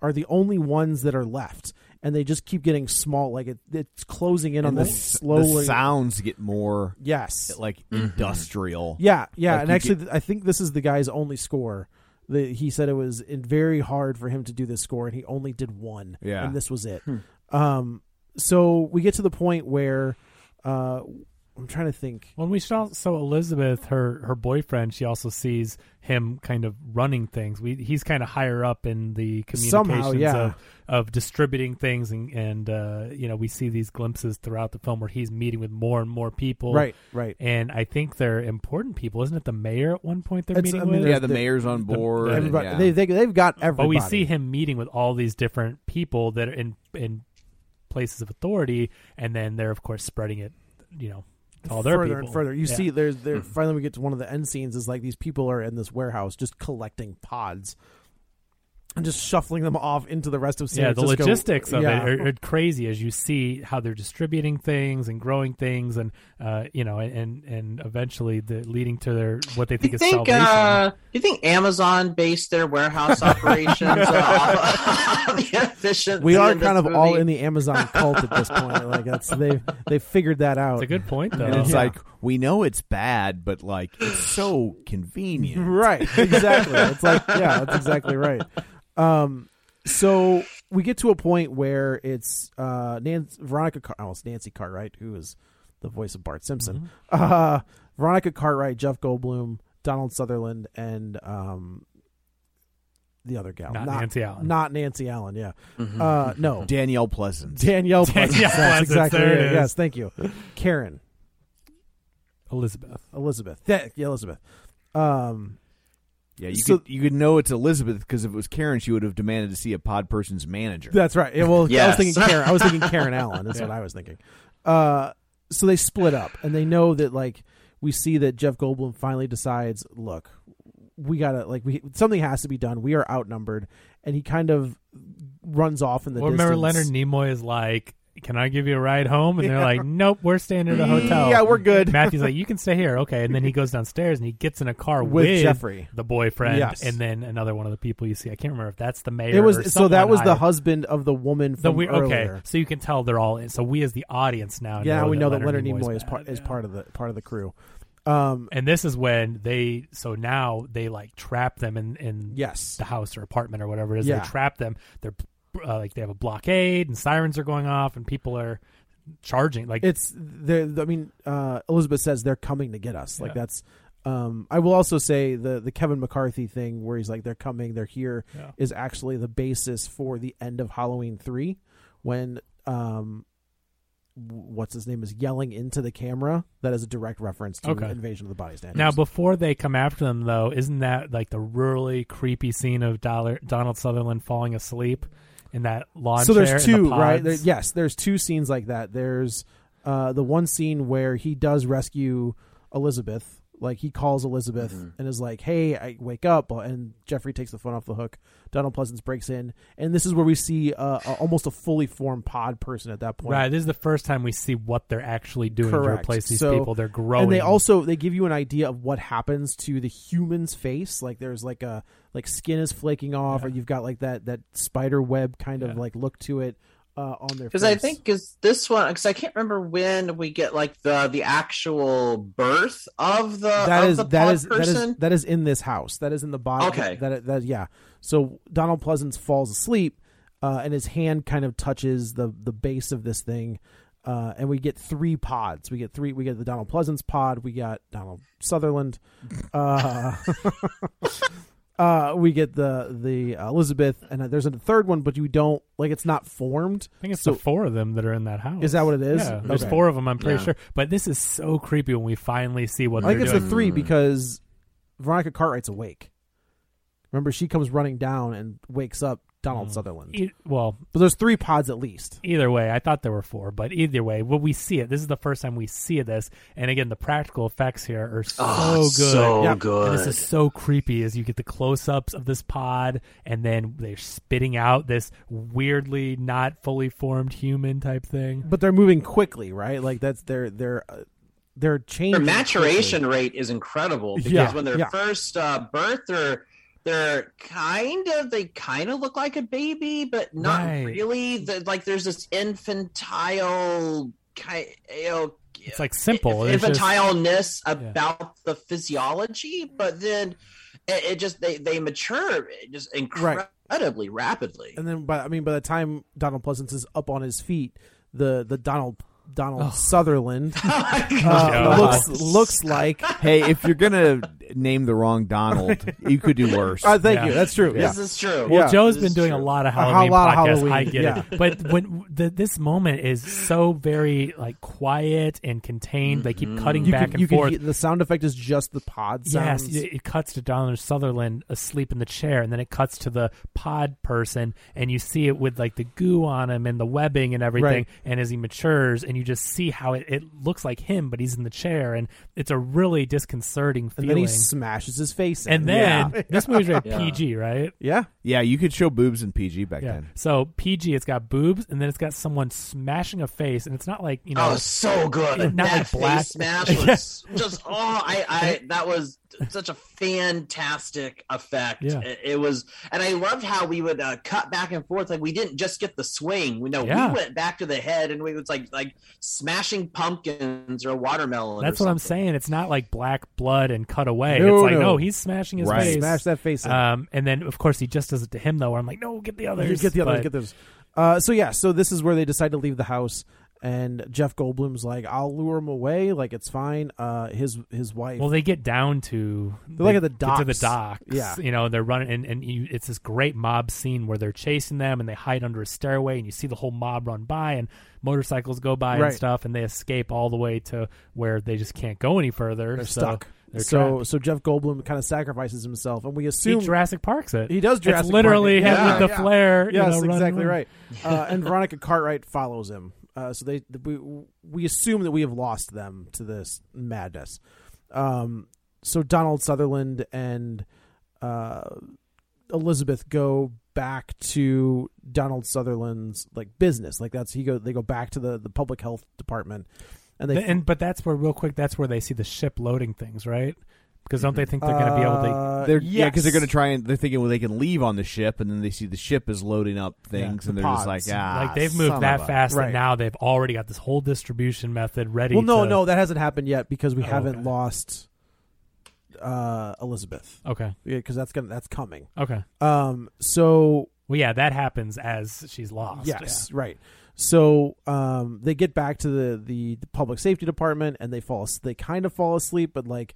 are the only ones that are left, and they just keep getting small. Like it, it's closing in on
And the,
them
s- the
slowly.
sounds get more
Yes.
like industrial.
Yeah, yeah,
Like
and
you
actually, th I think this is the guy's only score. The, he said it was in very hard for him to do this score, and he only did one.
Yeah.
and this was it. Um, so we get to the point where, uh, I'm trying to think.
When we saw so Elizabeth, her her boyfriend, she also sees him kind of running things. We he's kind of higher up in the communications
Somehow, yeah.
of of distributing things, and and uh, you know we see these glimpses throughout the film where he's meeting with more and more people.
Right, right.
And I think they're important people, isn't it? The mayor at one point they're
It's-
meeting
I mean,
with.
yeah. The
the-
mayor's on board. and
Everybody,
yeah.
they, they they've got everybody.
But we see him meeting with all these different people that are in in places of authority, and then they're of course spreading it, you know, to all their
further
people.
and further. You
Yeah. Hmm.
see, there's there. Finally, we get to one of the end scenes. Is like these people are in this warehouse just collecting pods. And just shuffling them off into the rest of San
yeah, the
Francisco.
logistics of
Yeah.
it are, are crazy as you see how they're distributing things and growing things, and uh, you know, and and eventually the leading to their what they
do
think
you
is
think
salvation.
uh, do you think Amazon based their warehouse operations uh, off of the efficiency?
we are
in this
kind of all
movie?
in the Amazon cult at this point. Like that's they they figured that out.
It's a good point, though.
and it's
Yeah.
like we know it's bad, but like it's so
Mm-hmm.
convenient.
right, exactly. It's like yeah, that's exactly right. Um, so we get to a point where it's uh Nancy, Veronica Car- oh, it's Nancy Cartwright who is the voice of Bart Simpson.
Mm-hmm.
Uh, Veronica Cartwright, Jeff Goldblum, Donald Sutherland, and um. The other gal,
Not Nancy Allen.
Not Nancy Allen, yeah. Uh, no,
Danielle Pleasant.
Danielle. Pleasance,
Danielle
that's
Pleasance,
exactly.
there it
it.
is.
Yes, thank you, Karen.
Elizabeth.
Elizabeth. Th- yeah, Elizabeth. Um,
Yeah, you
So-
could you could know it's Elizabeth because if it was Karen, she would have demanded to see a pod person's manager.
that's right. Yeah, well, I was
Yes.
thinking Karen. I was thinking Karen Allen. That's what I was thinking. Uh, so they split up, and they know that like we see that Jeff Goldblum finally decides, look, we gotta like we something has to be done. We are outnumbered, and he kind of runs off in the.
well, remember
distance.
Leonard Nimoy is like, "Can I give you a ride home?" And they're like, "Nope, we're staying at a hotel."
Mm, Yeah, we're good.
Matthew's like, "You can stay here, okay?" And then he goes downstairs and he gets in a car
With Jeffrey.
the boyfriend,
Yes.
and then another one of the people you see. I can't remember if that's the mayor.
It
or
was so that
someone
was the
higher.
husband of the woman
The
from
we,
earlier.
okay, so you can tell they're all in. So we, as the audience, now
Yeah,
know
we
that
know that Leonard
Nimoy's
Nimoy is
bad,
part is
yeah.
part of the part of the crew. Um,
And this is when they so now they like trap them in in
Yes.
the house or apartment or whatever it is.
Yeah.
They trap them. They're uh, like they have a blockade and sirens are going off and people are charging. Like
it's the i mean uh elizabeth says they're coming to get us like
Yeah.
that's um i will also say the the kevin mccarthy thing where he's like they're coming they're here is
Yeah.
actually the basis for the end of halloween three when um w- what's his name is yelling into the camera that is a direct reference to
Okay.
invasion of the body snatchers
now before they come after them though, isn't that like the really creepy scene of Dollar, Donald Sutherland falling asleep in that lawn
so
chair?
there's
in the
two right
pods?
There- yes there's two scenes like that there's uh the one scene where he does rescue elizabeth like he calls elizabeth and is like hey i wake up and jeffrey takes the phone off the hook donald pleasance breaks in and this is where we see uh, a, almost a fully formed pod person at that point
Right, this is the first time we see what they're actually doing to
Correct.
replace these
So-
people. They're growing.
And they also they give you an idea of what happens to the human's face. Like there's like a like skin is flaking off, or you've got like that that spider web kind of like look to it uh, on their.
because I
face.
think is this one because I can't remember when we get like the the actual birth of the
that
of
is
the
that
pod
is that
person.
is that is in this house. That is in the bottom.
Okay.
That that yeah. So Donald Pleasance falls asleep, uh, and his hand kind of touches the the base of this thing, uh, and we get three pods. We get three. We get the Donald Pleasance pod. We got Donald Sutherland. Uh, uh, we get the the Elizabeth, and uh, there's a third one, but you don't like it's not formed.
I think it's
So-
the four of them that are in that house.
Is that what it is?
Yeah, there's
Okay.
four of them. I'm pretty
Yeah.
sure. But this is so creepy when we finally see what
I think
they're
it's
doing.
the three because Veronica Cartwright's awake. Remember, she comes running down and wakes up Donald Sutherland.
E- well,
But there's three pods at least.
either way, I thought there were four, but either way, when we see it, this is the first time we see this, and again, the practical effects here are so
Oh,
good.
so
Yeah.
good.
And this is so creepy as you get the close-ups of this pod, and then they're spitting out this weirdly not fully formed human type thing.
But they're moving quickly, right? Like that's their their uh, their change.
their maturation rate is incredible because
Yeah,
when they're
yeah.
first uh, birth, they're they're kind of they kind of look like a baby, but not
Right.
really. The, like there's this infantile kind. You know,
It's like simple. It's just-
infantileness about the physiology, but then it, it just they they mature just incredibly rapidly.
And then, by I mean, by the time Donald Pleasance is up on his feet, the the Donald Donald Sutherland uh,
Yeah.
looks looks like.
Hey, if you're gonna name the wrong Donald, you could do worse.
Uh, thank you.
Yeah.
That's true. Yeah.
This is true.
Well, Yeah.
Joe's
This
been
is
doing a
true.
lot of
A whole
Halloween
lot of
podcasts.
Halloween,
I get
yeah.
it, but when the, this moment is so very like quiet and contained, they keep cutting
Mm-hmm. You
back
can,
and
you can
forth.
hear- the sound effect is just the pod sounds.
Yes, it, it cuts to Donald Sutherland asleep in the chair, and then it cuts to the pod person, and you see it with like the goo on him and the webbing and everything.
Right.
And as he matures, and you just see how it, it looks like him, but he's in the chair, and it's a really disconcerting
and
feeling.
then he smashes his face. in.
And then-
yeah.
this movie's rated
Yeah.
PG, right?
yeah.
yeah, you could show boobs in PG back
Yeah.
then.
So PG, it's got boobs, and then it's got someone smashing a face, and it's not like you know.
Oh, so good!
Not
that
like black-
face smash
Yeah.
was just oh, I, I that was such a fantastic effect.
Yeah.
It, it was, and I loved how we would uh, cut back and forth. Like we didn't just get the swing. We know
Yeah.
we went back to the head, and we was like like smashing pumpkins or a watermelon.
that's
or
what I'm
something.
saying. It's not like black blood and cut away.
No,
it's
no.
like no. he's smashing his
Right.
face.
Smash that face. in.
Um, and then of course he just does it to him though. Where I'm like, no, get the others.
You get the others.
But
Get those. Uh, so yeah, so this is where they decide to leave the house, and Jeff Goldblum's like, "I'll lure him away. Like it's fine." Uh, his his wife.
Well, they get down to
They're like at the
get to the
docks.
docks.
Yeah.
you know they're running, and, and you, it's this great mob scene where they're chasing them, and they hide under a stairway, and you see the whole mob run by, and motorcycles go by
Right.
and stuff, and they escape all the way to where they just can't go any further.
they're
so
stuck.
They're
so
trapped.
so Jeff Goldblum kind of sacrifices himself, and we
he
assume
Jurassic Parks it.
He does Jurassic
it's literally
Park.
him
Yeah,
with the
yeah.
flare. you
Yes,
know, running
exactly
away.
right. Uh, and Veronica Cartwright follows him. Uh, so they we we assume that we have lost them to this madness. Um, so Donald Sutherland and uh, Elizabeth go back to Donald Sutherland's like business. Like that's he go they go back to the the public health department, and they
Th- and but that's where real quick. That's where they see the ship loading things, right? Because don't they think they're going to be able to?
Uh,
They're, Yeah, because they're
yes.
going to try and they're thinking, well, they can leave on the ship, and then they see the ship is loading up things,
the
and they're
pods.
just like, ah,
like they've
son
moved
of
that
a-"
fast
Right.
that now they've already got this whole distribution method ready.
Well, no,
to-
no, that hasn't happened yet because we
Oh,
haven't
okay.
lost uh, Elizabeth.
Okay,
because that's gonna that's coming.
okay.
Um, so
Well, yeah, that happens as she's lost.
yes, right. So um, they get back to the, the the public safety department and they fall as- they kind of fall asleep, but like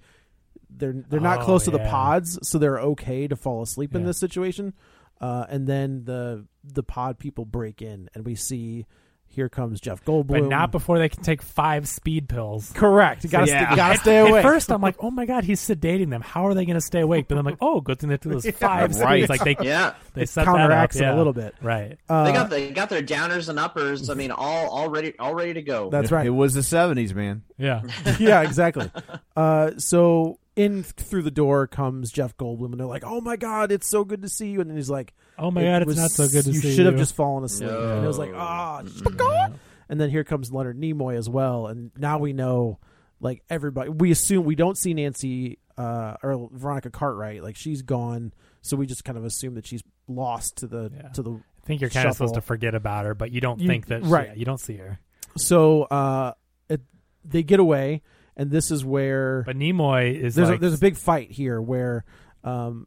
they're they're not
Oh,
close to the
yeah.
pods, so they're okay to fall asleep in
Yeah.
this situation. Uh, and then the the pod people break in, and we see here comes Jeff Goldblum.
but not before they can take five speed pills.
correct. You gotta
Yeah.
stay, gotta
At-
stay away.
At first, I'm like, "Oh my god, he's sedating them. How are they going to stay awake?" But I'm like, "Oh, good thing they do those five
right.
speeds. Like they
Yeah.
they
It
set
counteracts
that
it a
up, yeah.
little bit.
right?
Uh,
They got they got their downers and uppers. I mean, all all ready all ready to go.
that's right.
It was the '70s, man.
Yeah,
yeah, exactly. Uh, so in through the door comes Jeff Goldblum, and they're like, "Oh my God, it's so good to see you!" And then he's like,
Oh my God, it's
was-
not so good to
you."
see
should have
you."
just fallen asleep." And it was like,
No.
"Ah." And then here comes Leonard Nimoy as well, and now we know, like everybody, we assume we don't see Nancy uh, or Veronica Cartwright, like she's gone, so we just kind of assume that she's lost to the
Yeah.
to the
I think you're kind of supposed
Shuffle.
to forget about her, but you don't
You-
think that.
right.
yeah, you don't see her.
so uh, it, they get away, and this is where
But Nimoy is
there's
like,
a, there's a big fight here where um,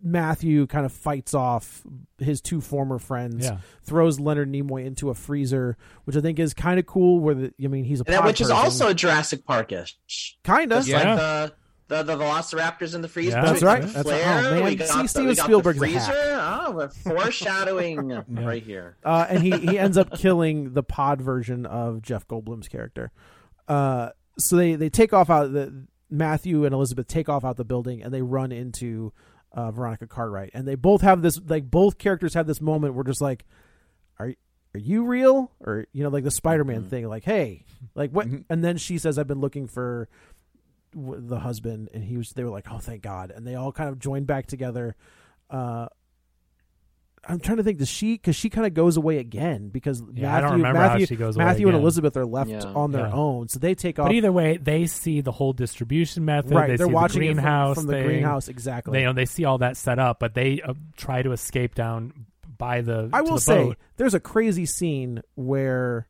Matthew kind of fights off his two former friends,
Yeah.
throws Leonard Nimoy into a freezer, which I think is kind of cool. Where the, I mean, he's a
And that-
pod
which is
person.
also Jurassic Parkish.
kind of
Just
Yeah.
like the, the the Velociraptors in the freezer.
Yeah. That's
We got
right.
the
That's-
flare,
oh, man.
We got
See,
the,
Steven
we got the
Spielberg's a hack.
freezer. Oh, we're foreshadowing right here.
uh, and he, he ends up killing the pod version of Jeff Goldblum's character. Uh, so they they take off out the Matthew and Elizabeth take off out the building and they run into uh, Veronica Cartwright and they both have this like both characters have this moment where just like are are you real or you know like the Spider Man
Mm-hmm.
thing like hey like what and then she says I've been looking for w- the husband and he was they were like oh thank God and they all kind of joined back together. Uh, I'm trying to think. Does she? Because she kind of goes away again because
Yeah,
Matthew,
I don't remember how
Matthew,
she goes away
Matthew and
again.
Elizabeth are left
Yeah.
on their
Yeah.
own, so they take off.
But either way, they see the whole distribution method.
right,
They
are
see
watching
the
it from-
greenhouse
from, the
thing.
greenhouse exactly.
They you know they see all that set up, but they uh, try to escape down by the.
I
to
will
the
say
boat.
there's a crazy scene where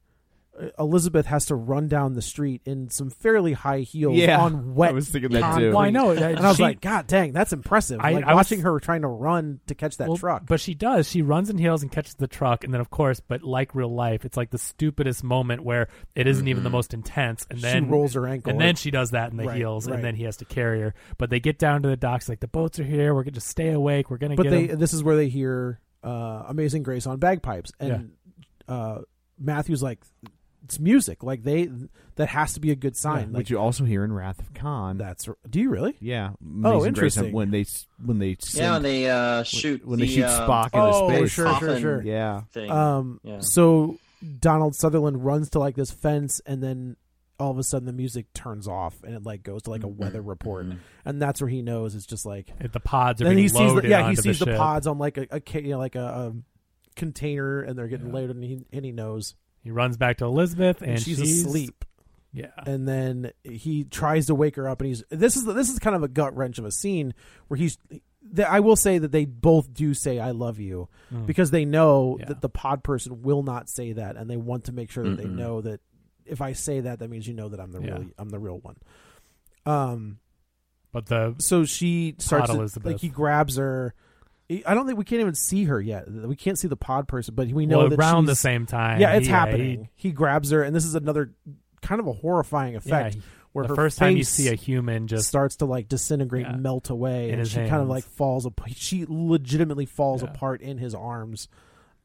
uh, Elizabeth has to run down the street in some fairly high heels
Yeah,
on wet.
I was thinking that
concrete.
too.
Well, I know, uh,
and I was
she-
like, God dang, that's impressive.
I-
like
I was-
watching her trying to run to catch that
Well,
truck.
But she does. She runs and heels and catches the truck, and then of course, but like real life, it's like the stupidest moment where it isn't even the most intense, and
She
then
rolls her ankle.
and then she does that in the
Right,
heels,
right.
and then he has to carry her. But they get down to the docks, like the boats are here. We're gonna just stay awake. We're gonna
but
get.
they
'em."
this is where they hear uh, Amazing Grace on bagpipes, and uh, Matthew's like, "It's music. Like they that has to be a good sign." like
Which you also hear in Wrath of Khan.
that's. Do you really?
yeah. Amazing Grace, uh,
interesting.
When they s- when they sing,
Yeah, when they uh, shoot
when
the,
they shoot
uh,
Spock in
oh,
the space.
sure,
sure,
coffin.
sure.
Yeah.
thing.
Um,
Yeah.
So Donald Sutherland runs to like this fence, and then all of a sudden the music turns off, and it like goes to like
Mm-hmm.
a weather report, and that's where he knows it's just like.
the pods are
Then
being
he sees,
loaded
the, yeah, he
onto
sees the,
ship.
pods on like a, a ca- you know, like a, um container, and they're getting loaded, and he, and he knows,
He runs back to Elizabeth, and,
she's, asleep.
Yeah,
and then he tries to wake her up and he's this is this is kind of a gut wrench of a scene where he's th- I will say that they both do say I love you because they know
Mm. Yeah.
that the pod person will not say that and they want to make sure that they know that if I say that that means you know that I'm the
Yeah.
real I'm the real one. Um
but the
so she starts to,
Elizabeth.
like he grabs her He- I don't think we can't even see her yet. We can't see the pod person, but we know
well,
that
around the
she's-
same time.
yeah, it's
he-
happening. he grabs her, and this is another kind of a horrifying
he- yeah,
effect.
he-
where
the
her
first time you
face
see a human just
starts to like disintegrate,
Yeah.
and melt away,
In
and
his
she kind of
hands.
like falls. apart. She legitimately falls
Yeah. Mm-hmm.
apart in his arms,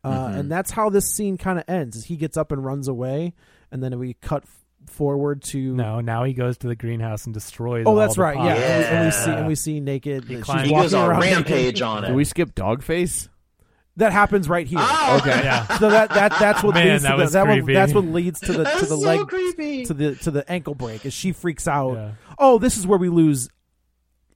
uh, and that's how this scene kind of ends. is He gets up and runs away, and then we cut f- forward to
no. Now he goes to the greenhouse and destroys.
Oh,
all
that's
the
right. Yeah,
pods.
And, we, and we see
Yeah.
and we see naked. that she's
climbs-
he goes
walking
on
around naked.
rampage on
Do
it.
we skip Dogface?
That happens right here.
Oh,
Okay.
Yeah.
So that, that that's what
Man,
leads
that
to the,
was
that one,
creepy.
that's what leads to the
That's
to the
so
leg
creepy.
to the to the ankle break as she freaks out.
Yeah.
Oh, this is where we lose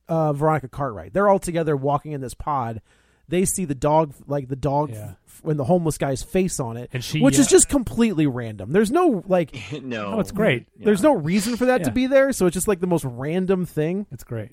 uh, Veronica Cartwright. They're all together walking in this pod. They see the dog, like the dog,
Yeah.
when the homeless guy's face on it,
And she,
which is
uh,
just completely random. There's no like,
no,
Oh, it's great.
there's no reason for that to
Yeah.
be there. So it's just like the most random thing.
It's great.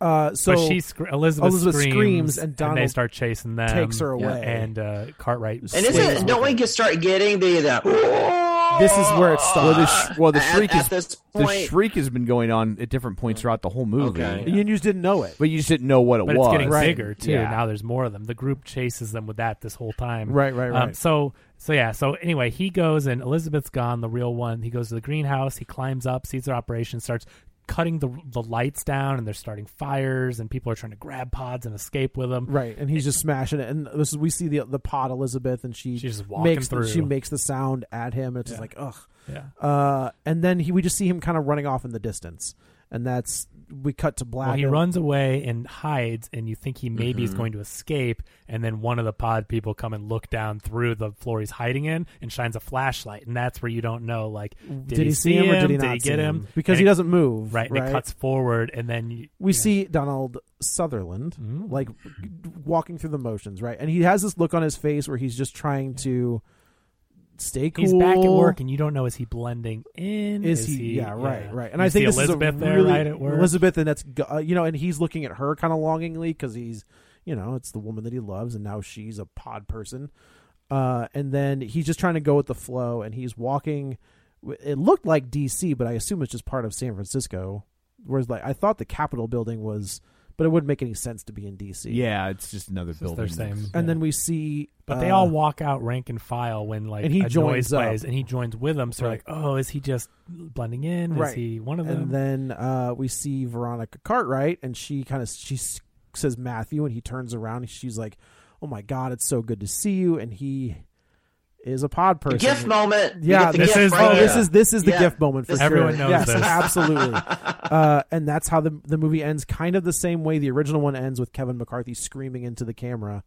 Uh, so
So she scr- Elizabeth,
Elizabeth
screams,
screams and
they
Donald
start chasing them.
takes her away.
and uh, Cartwright.
And
Wait,
isn't
wait.
don't we just start getting the, the
this is where it
Oh.
Well, the,
stops.
sh- well, the
At-
shriek
Uh, at
is
this
the
point- Mm.
shriek has been going on at different points throughout the whole movie,
Okay.
You just didn't know it.
but you just didn't know what it
but
was.
it's getting
Right.
bigger too.
Yeah.
Now there's more of them. The group chases them with that this whole time.
Right, right,
Um,
right.
so so yeah. So anyway, he goes and Elizabeth's gone. The real one. He goes to the greenhouse. He climbs up, sees their operation, starts cutting the the lights down, and they're starting fires, and people are trying to grab pods and escape with them.
Right, and he's just smashing it, and this is, we see the the pod Elizabeth, and she
She's just walking
makes
through.
she makes the sound at him. It's just like ugh,
Yeah.
uh, and then he, we just see him kind of running off in the distance, and that's we cut to black.
Well, he
and-
runs away and hides, and you think he maybe
Mm-hmm.
is going to escape, and then one of the pod people come and look down through the floor he's hiding in and shines a flashlight, and that's where you don't know like did,
Did, he see him, or did he not
get
see
him?
Because
And
he
it-
doesn't move.
Right, and it cuts forward, and then you,
We see Donald Sutherland
Mm.
like walking through the motions, right? And he has this look on his face where he's just trying to stay cool.
he's back at work, and you don't know is he blending in?
is, he, Yeah, right, right. And I
You see
think this
Elizabeth
is a
there
really
right at work.
Elizabeth, and that's go- uh, you know, and he's looking at her kind of longingly because he's, you know, it's the woman that he loves, and now she's a pod person. Uh, and then he's just trying to go with the flow, and he's walking. It looked like D.C., but I assume it's just part of San Francisco. Whereas, like, I thought the Capitol building was but it wouldn't make any sense to be in DC.
Yeah, it's just another
It's
building.
their same.
And then we see,
But they
uh,
all walk out rank and file when like
And he
a
joins
noise
up.
plays, and he joins with them. So
Right.
like, oh, is he just blending in? Is
Right.
he one of them?
And then uh, we see Veronica Cartwright, and she kind of she s- says Matthew, and he turns around, and she's like, "Oh my God, it's so good to see you!" And he is a pod person.
gift moment. You
Yeah,
get the
this
gift
is-
right
Oh,
Yeah.
this is this is the
Yeah.
gift moment for
This-
sure.
Everyone knows
yes,
this.
absolutely. Uh, and that's how the the movie ends, kind of the same way the original one ends with Kevin McCarthy screaming into the camera.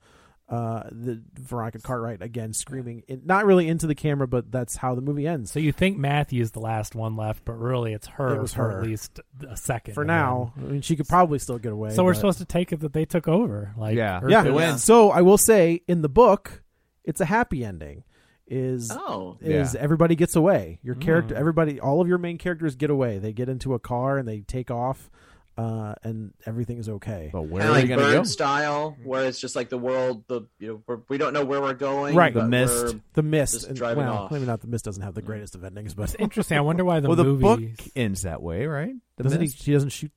Uh, the Veronica Cartwright again screaming, in, not really into the camera, but that's how the movie ends.
so you think Matthew's the last one left, but really it's her
It was
for
her.
at least a second
for
and
now, I mean, she could probably still get away.
then- So we're
but-
supposed to take it that they took over. Like
Yeah.
Earth
yeah.
is-
wins.
So I will say in the book, it's a happy ending. Is
Oh,
is
Yeah.
everybody gets away?
Mm.
Your character, everybody, all of your main characters get away. They get into a car and they take off, uh, and everything is okay.
But where
kind of
are
like
they going to
bird
go?
style, where it's just like the world. The you know we're, we don't know where we're going.
Right.
The
but
mist.
we're-
The mist,
Just
and-
driving
well,
off.
maybe not. The mist doesn't have the greatest of endings, but
Mm. It's interesting. I wonder why the
well, the
movie.
book ends that way, right? The
doesn't he?
Mist?
She doesn't shoot.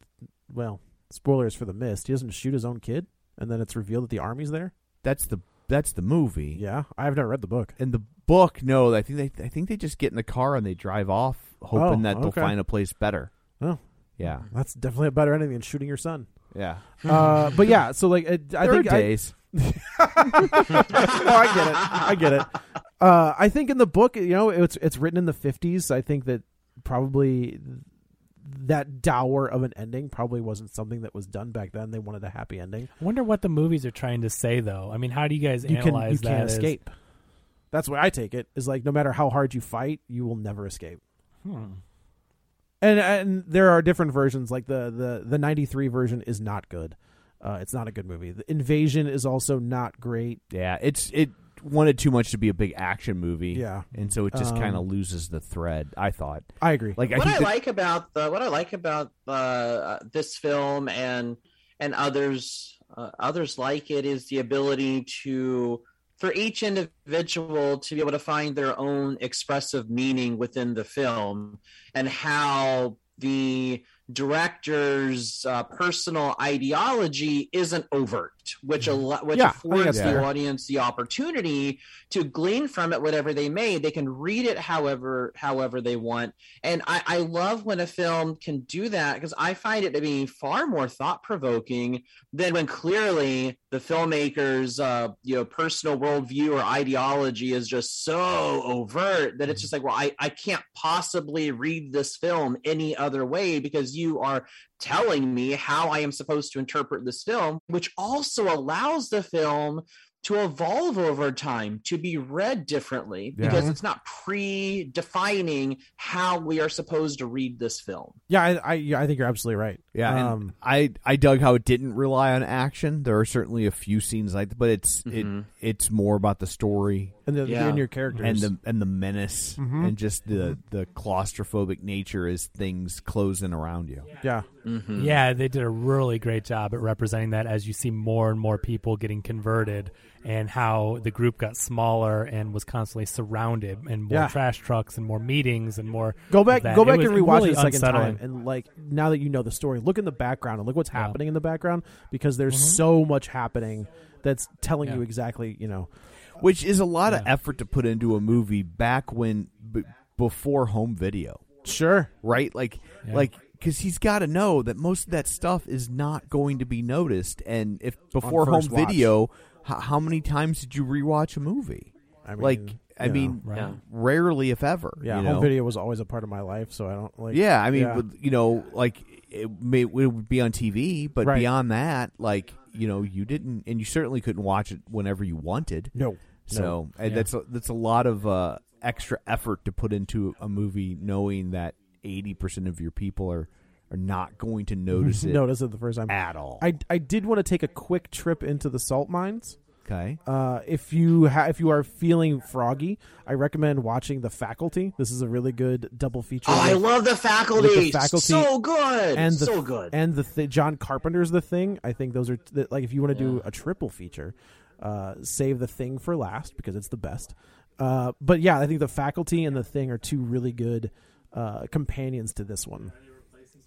Well, spoilers for the mist. He doesn't shoot his own kid, and then it's revealed that the army's there.
That's the that's the movie.
Yeah, I've never read the book.
In the book, no, I think they I think they just get in the car and they drive off, hoping
Oh,
that they'll
okay.
find a place better.
Oh,
Yeah,
that's definitely a better ending than shooting your son.
yeah.
Uh, but yeah, so like it,
Mm-hmm.
I
there
think
are
I,
days.
no, I get it. I get it. Uh, I think in the book, you know, it's it's written in the fifties. I think that probably that dour of an ending probably wasn't something that was done back then. They wanted a happy ending.
I wonder what the movies are trying to say though. I mean, how do you guys
You can
analyze
you
that?
can't
as-
escape. That's the way I take it. Is like no matter how hard you fight, you will never escape.
Hmm.
and and there are different versions like the the the 93 version is not good uh it's not a good movie the invasion is also not great
Yeah, it's it wanted too much to be a big action movie.
Yeah.
and so it just
Um,
kind of loses the thread. I thought.
i agree
Like I
what
think
I
that-
like about the what I like about uh, this film and and others uh, others like it is the ability to for each individual to be able to find their own expressive meaning within the film and how the director's uh, personal ideology isn't overt which a lot
Mm-hmm.
which
Yeah, I think
affords
that's
the
fair.
audience the opportunity to glean from it whatever they may they can read it however however they want and i i love when a film can do that because i find it to be far more thought-provoking than when clearly the filmmaker's uh you know personal worldview or ideology is just so overt that
Mm-hmm.
it's just like well i i can't possibly read this film any other way because you are telling me how i am supposed to interpret this film which also allows the film to evolve over time, to be read differently,
Yeah.
because it's not predefining how we are supposed to read this film.
yeah i i, yeah, I think you're absolutely right
Yeah, and
um
I I dug how it didn't rely on action. There are certainly a few scenes like, but it's it it's more about the story
and, the, Mm-hmm.
Yeah.
and your characters
and the and the menace and just the the claustrophobic nature as things close in around you.
yeah
Yeah, they did a really great job at representing that as you see more and more people getting converted and how the group got smaller and was constantly surrounded and more
Yeah.
trash trucks and more meetings and more
Go
of
back,
that.
go
It
back
was
and rewatch
really
it a second
unsettling.
time, and like now that you know the story, look in the background and look what's
Yeah.
happening in the background because there's so much happening that's telling
Yeah.
you exactly, you know,
which is a lot of
Yeah.
effort to put into a movie back when b- before home video
sure,
right like
Yeah.
like because he's got to know that most of that stuff is not going to be noticed and if before home
first watch.
video h- how many times did you rewatch a movie
I mean,
like
you
i
know.
mean
Right. Yeah.
rarely if ever
yeah,
you
home
know?
video was always a part of my life, so I don't like,
yeah i mean but, you know like it, may, it would be on tv but
Right.
beyond that like you know you didn't and you certainly couldn't watch it whenever you wanted
no,
So
no.
and that's a, that's a lot of uh, extra effort to put into a movie, knowing that eighty percent of your people are are not going to notice it
No, this is the first time.
at all.
I, I did want to take a quick trip into the salt mines.
okay,
Uh, if you ha- if you are feeling froggy, I recommend watching The Faculty. This is a really good double feature.
Oh, I
with-
love the
with
faculty.
The Faculty
so good.
and the,
so good.
And the th- John Carpenter's The Thing. I think those are t- that- like if you want to do a triple feature, uh, save The Thing for last because it's the best. Uh, but yeah, I think The Faculty and The Thing are two really good uh, companions to this one.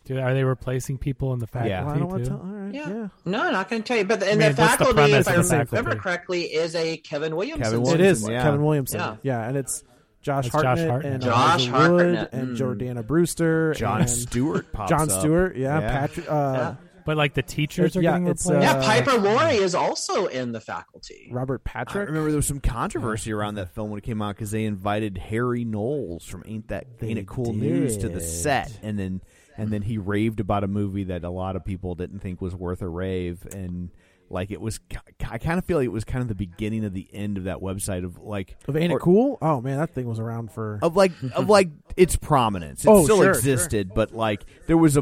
Dude, are they replacing people in the faculty
Yeah.
Well, I don't want
too?
to. All right.
Yeah. No, not going to tell you. But the, and
I mean,
the
what's the
faculty,
premise
if I
of the
remember
faculty?
correctly, is a Kevin Williamson.
Kevin
It is
Yeah.
Kevin Williamson.
Yeah.
Yeah. and it's Josh
It's Josh
Hartnett,
Hartnett.
and
Josh
Elijah
Hartnett.
Wood and
Mm.
Jordana Brewster,
John
and
Stewart pops
John
up.
Stewart, yeah,
Yeah.
Patrick. Uh,
But like the teachers are
Yeah,
getting
it's,
replaced.
uh,
Yeah, Piper Laurie is also in the faculty.
Robert
I
Patrick.
remember there was some controversy around that film when it came out because they invited Harry Knowles from Ain't That Ain't It Cool News to the
did.
set, and then and then he raved about a movie that a lot of people didn't think was worth a rave, and like it was, I kind of feel like it was kind of the beginning of the end of that website of like
Of Ain't
or-
It Cool? Oh man, that thing was around for.
of like of like its prominence. It
Oh,
still
sure,
existed, but like there was a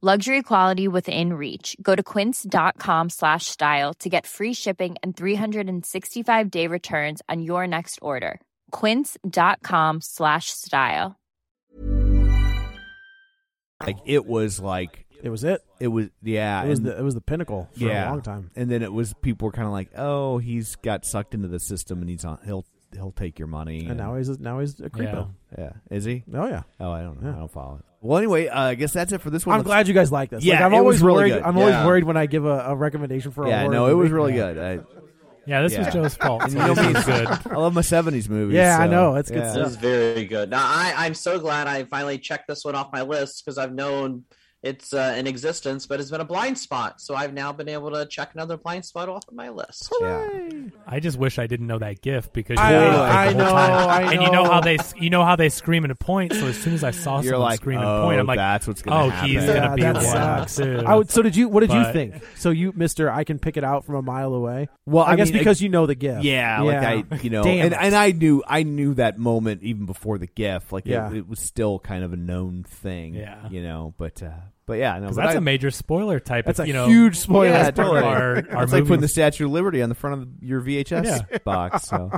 Luxury quality within reach. Go to quince.com slash style to get free shipping and 365 day returns on your next order. Quince.com slash style.
like it was like
It was it.
it was yeah
It was
and-
the it was the pinnacle for a long time.
And then it was people were kind of like, "Oh, he's got sucked into the system, and he's on. He'll he'll take your money."
And now he's now he's a creepo.
yeah, is he?
Oh yeah.
Oh, I don't know.
Yeah.
I don't follow it. Well, anyway, uh, I guess that's it for this one.
I'm glad you guys like this.
Yeah,
like, I'm
it was
always
really
worried.
good.
I'm
Yeah.
always worried when I give a, a recommendation for a
Yeah,
horror
no, it was
movie.
really
Yeah.
good. I,
Yeah, this
Yeah.
was Joe's fault.
and
So
you know
this
me,
is good.
I love my '70s movies.
Yeah, I
so,
know. It's good
yeah.
This is very good. Now, I, I'm so glad I finally checked this one off my list because I've known it's uh, in existence, but it's been a blind spot. So I've now been able to check another blind spot off of my list.
Yeah.
I just wish I didn't know that GIF because
I
you
know,
were like
I
the whole
know,
time.
I
and you know
know.
how they you know how they scream and a point. So as soon as I saw
You're
someone
like,
scream and
"Oh,
point, I'm like,
that's what's gonna
oh, he's
happen."
gonna
Yeah,
be
that
one
sucks.
too.
I would, so did you? What did
But-
you think? So you, Mister, I can pick it out from a mile away.
Well,
I, guess
mean,
because you know the gift.
Yeah, like I, you know,
Damn
and,
it.
and I knew, I knew that moment even before the GIF. Like,
Yeah.
it, it was still kind of a known thing.
Yeah.
you know, but uh, but yeah, no,
because
but
that's
I-
a major spoiler type.
That's
if,
a
you know,
huge spoiler.
Yeah,
part of
totally.
our-
it's
our
like putting
movie-
the Statue of Liberty on the front of your VHS box. So,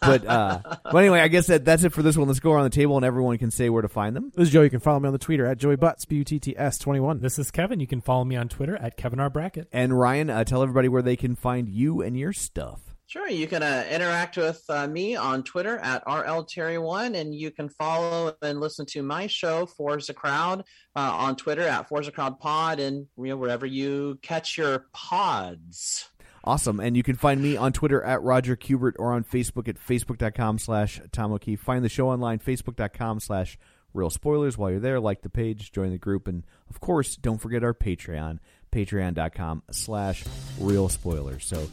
but uh, but anyway, I guess that that's it for this one. Let's go around the table and everyone can say where to find them.
This is Joe. You can follow me on the Twitter at Joey Butts B U T T S twenty one.
This is Kevin. You can follow me on Twitter at Kevin R Brackett.
And Ryan, uh, tell everybody where they can find you and your stuff.
Sure, you can uh, interact with uh, me on Twitter at RLTerry1, and you can follow and listen to my show, Forza Crowd, uh, on Twitter at Forza Crowd Pod, and you know, wherever you catch your pods.
Awesome. And you can find me on Twitter at Roger Kubert or on Facebook at facebook.com slash Tom O'Keefe. Find the show online, facebook.com slash real spoilers. While you're there, like the page, join the group, and of course, don't forget our Patreon, patreon.com slash real spoilers. So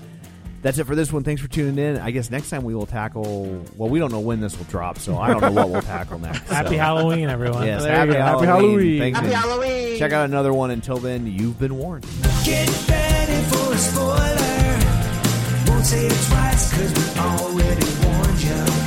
that's it for this one. Thanks for tuning in. I guess next time we will tackle, well, we don't know when this will drop, so I don't know what we'll tackle next. so-
Happy Halloween, everyone.
Yes,
There
happy,
you go. Happy
Halloween.
Halloween.
Thanks,
Happy
and
Halloween!
Check out another one. Until then, you've been warned.
Get ready for a spoiler. Won't say it twice, cause we already warned you.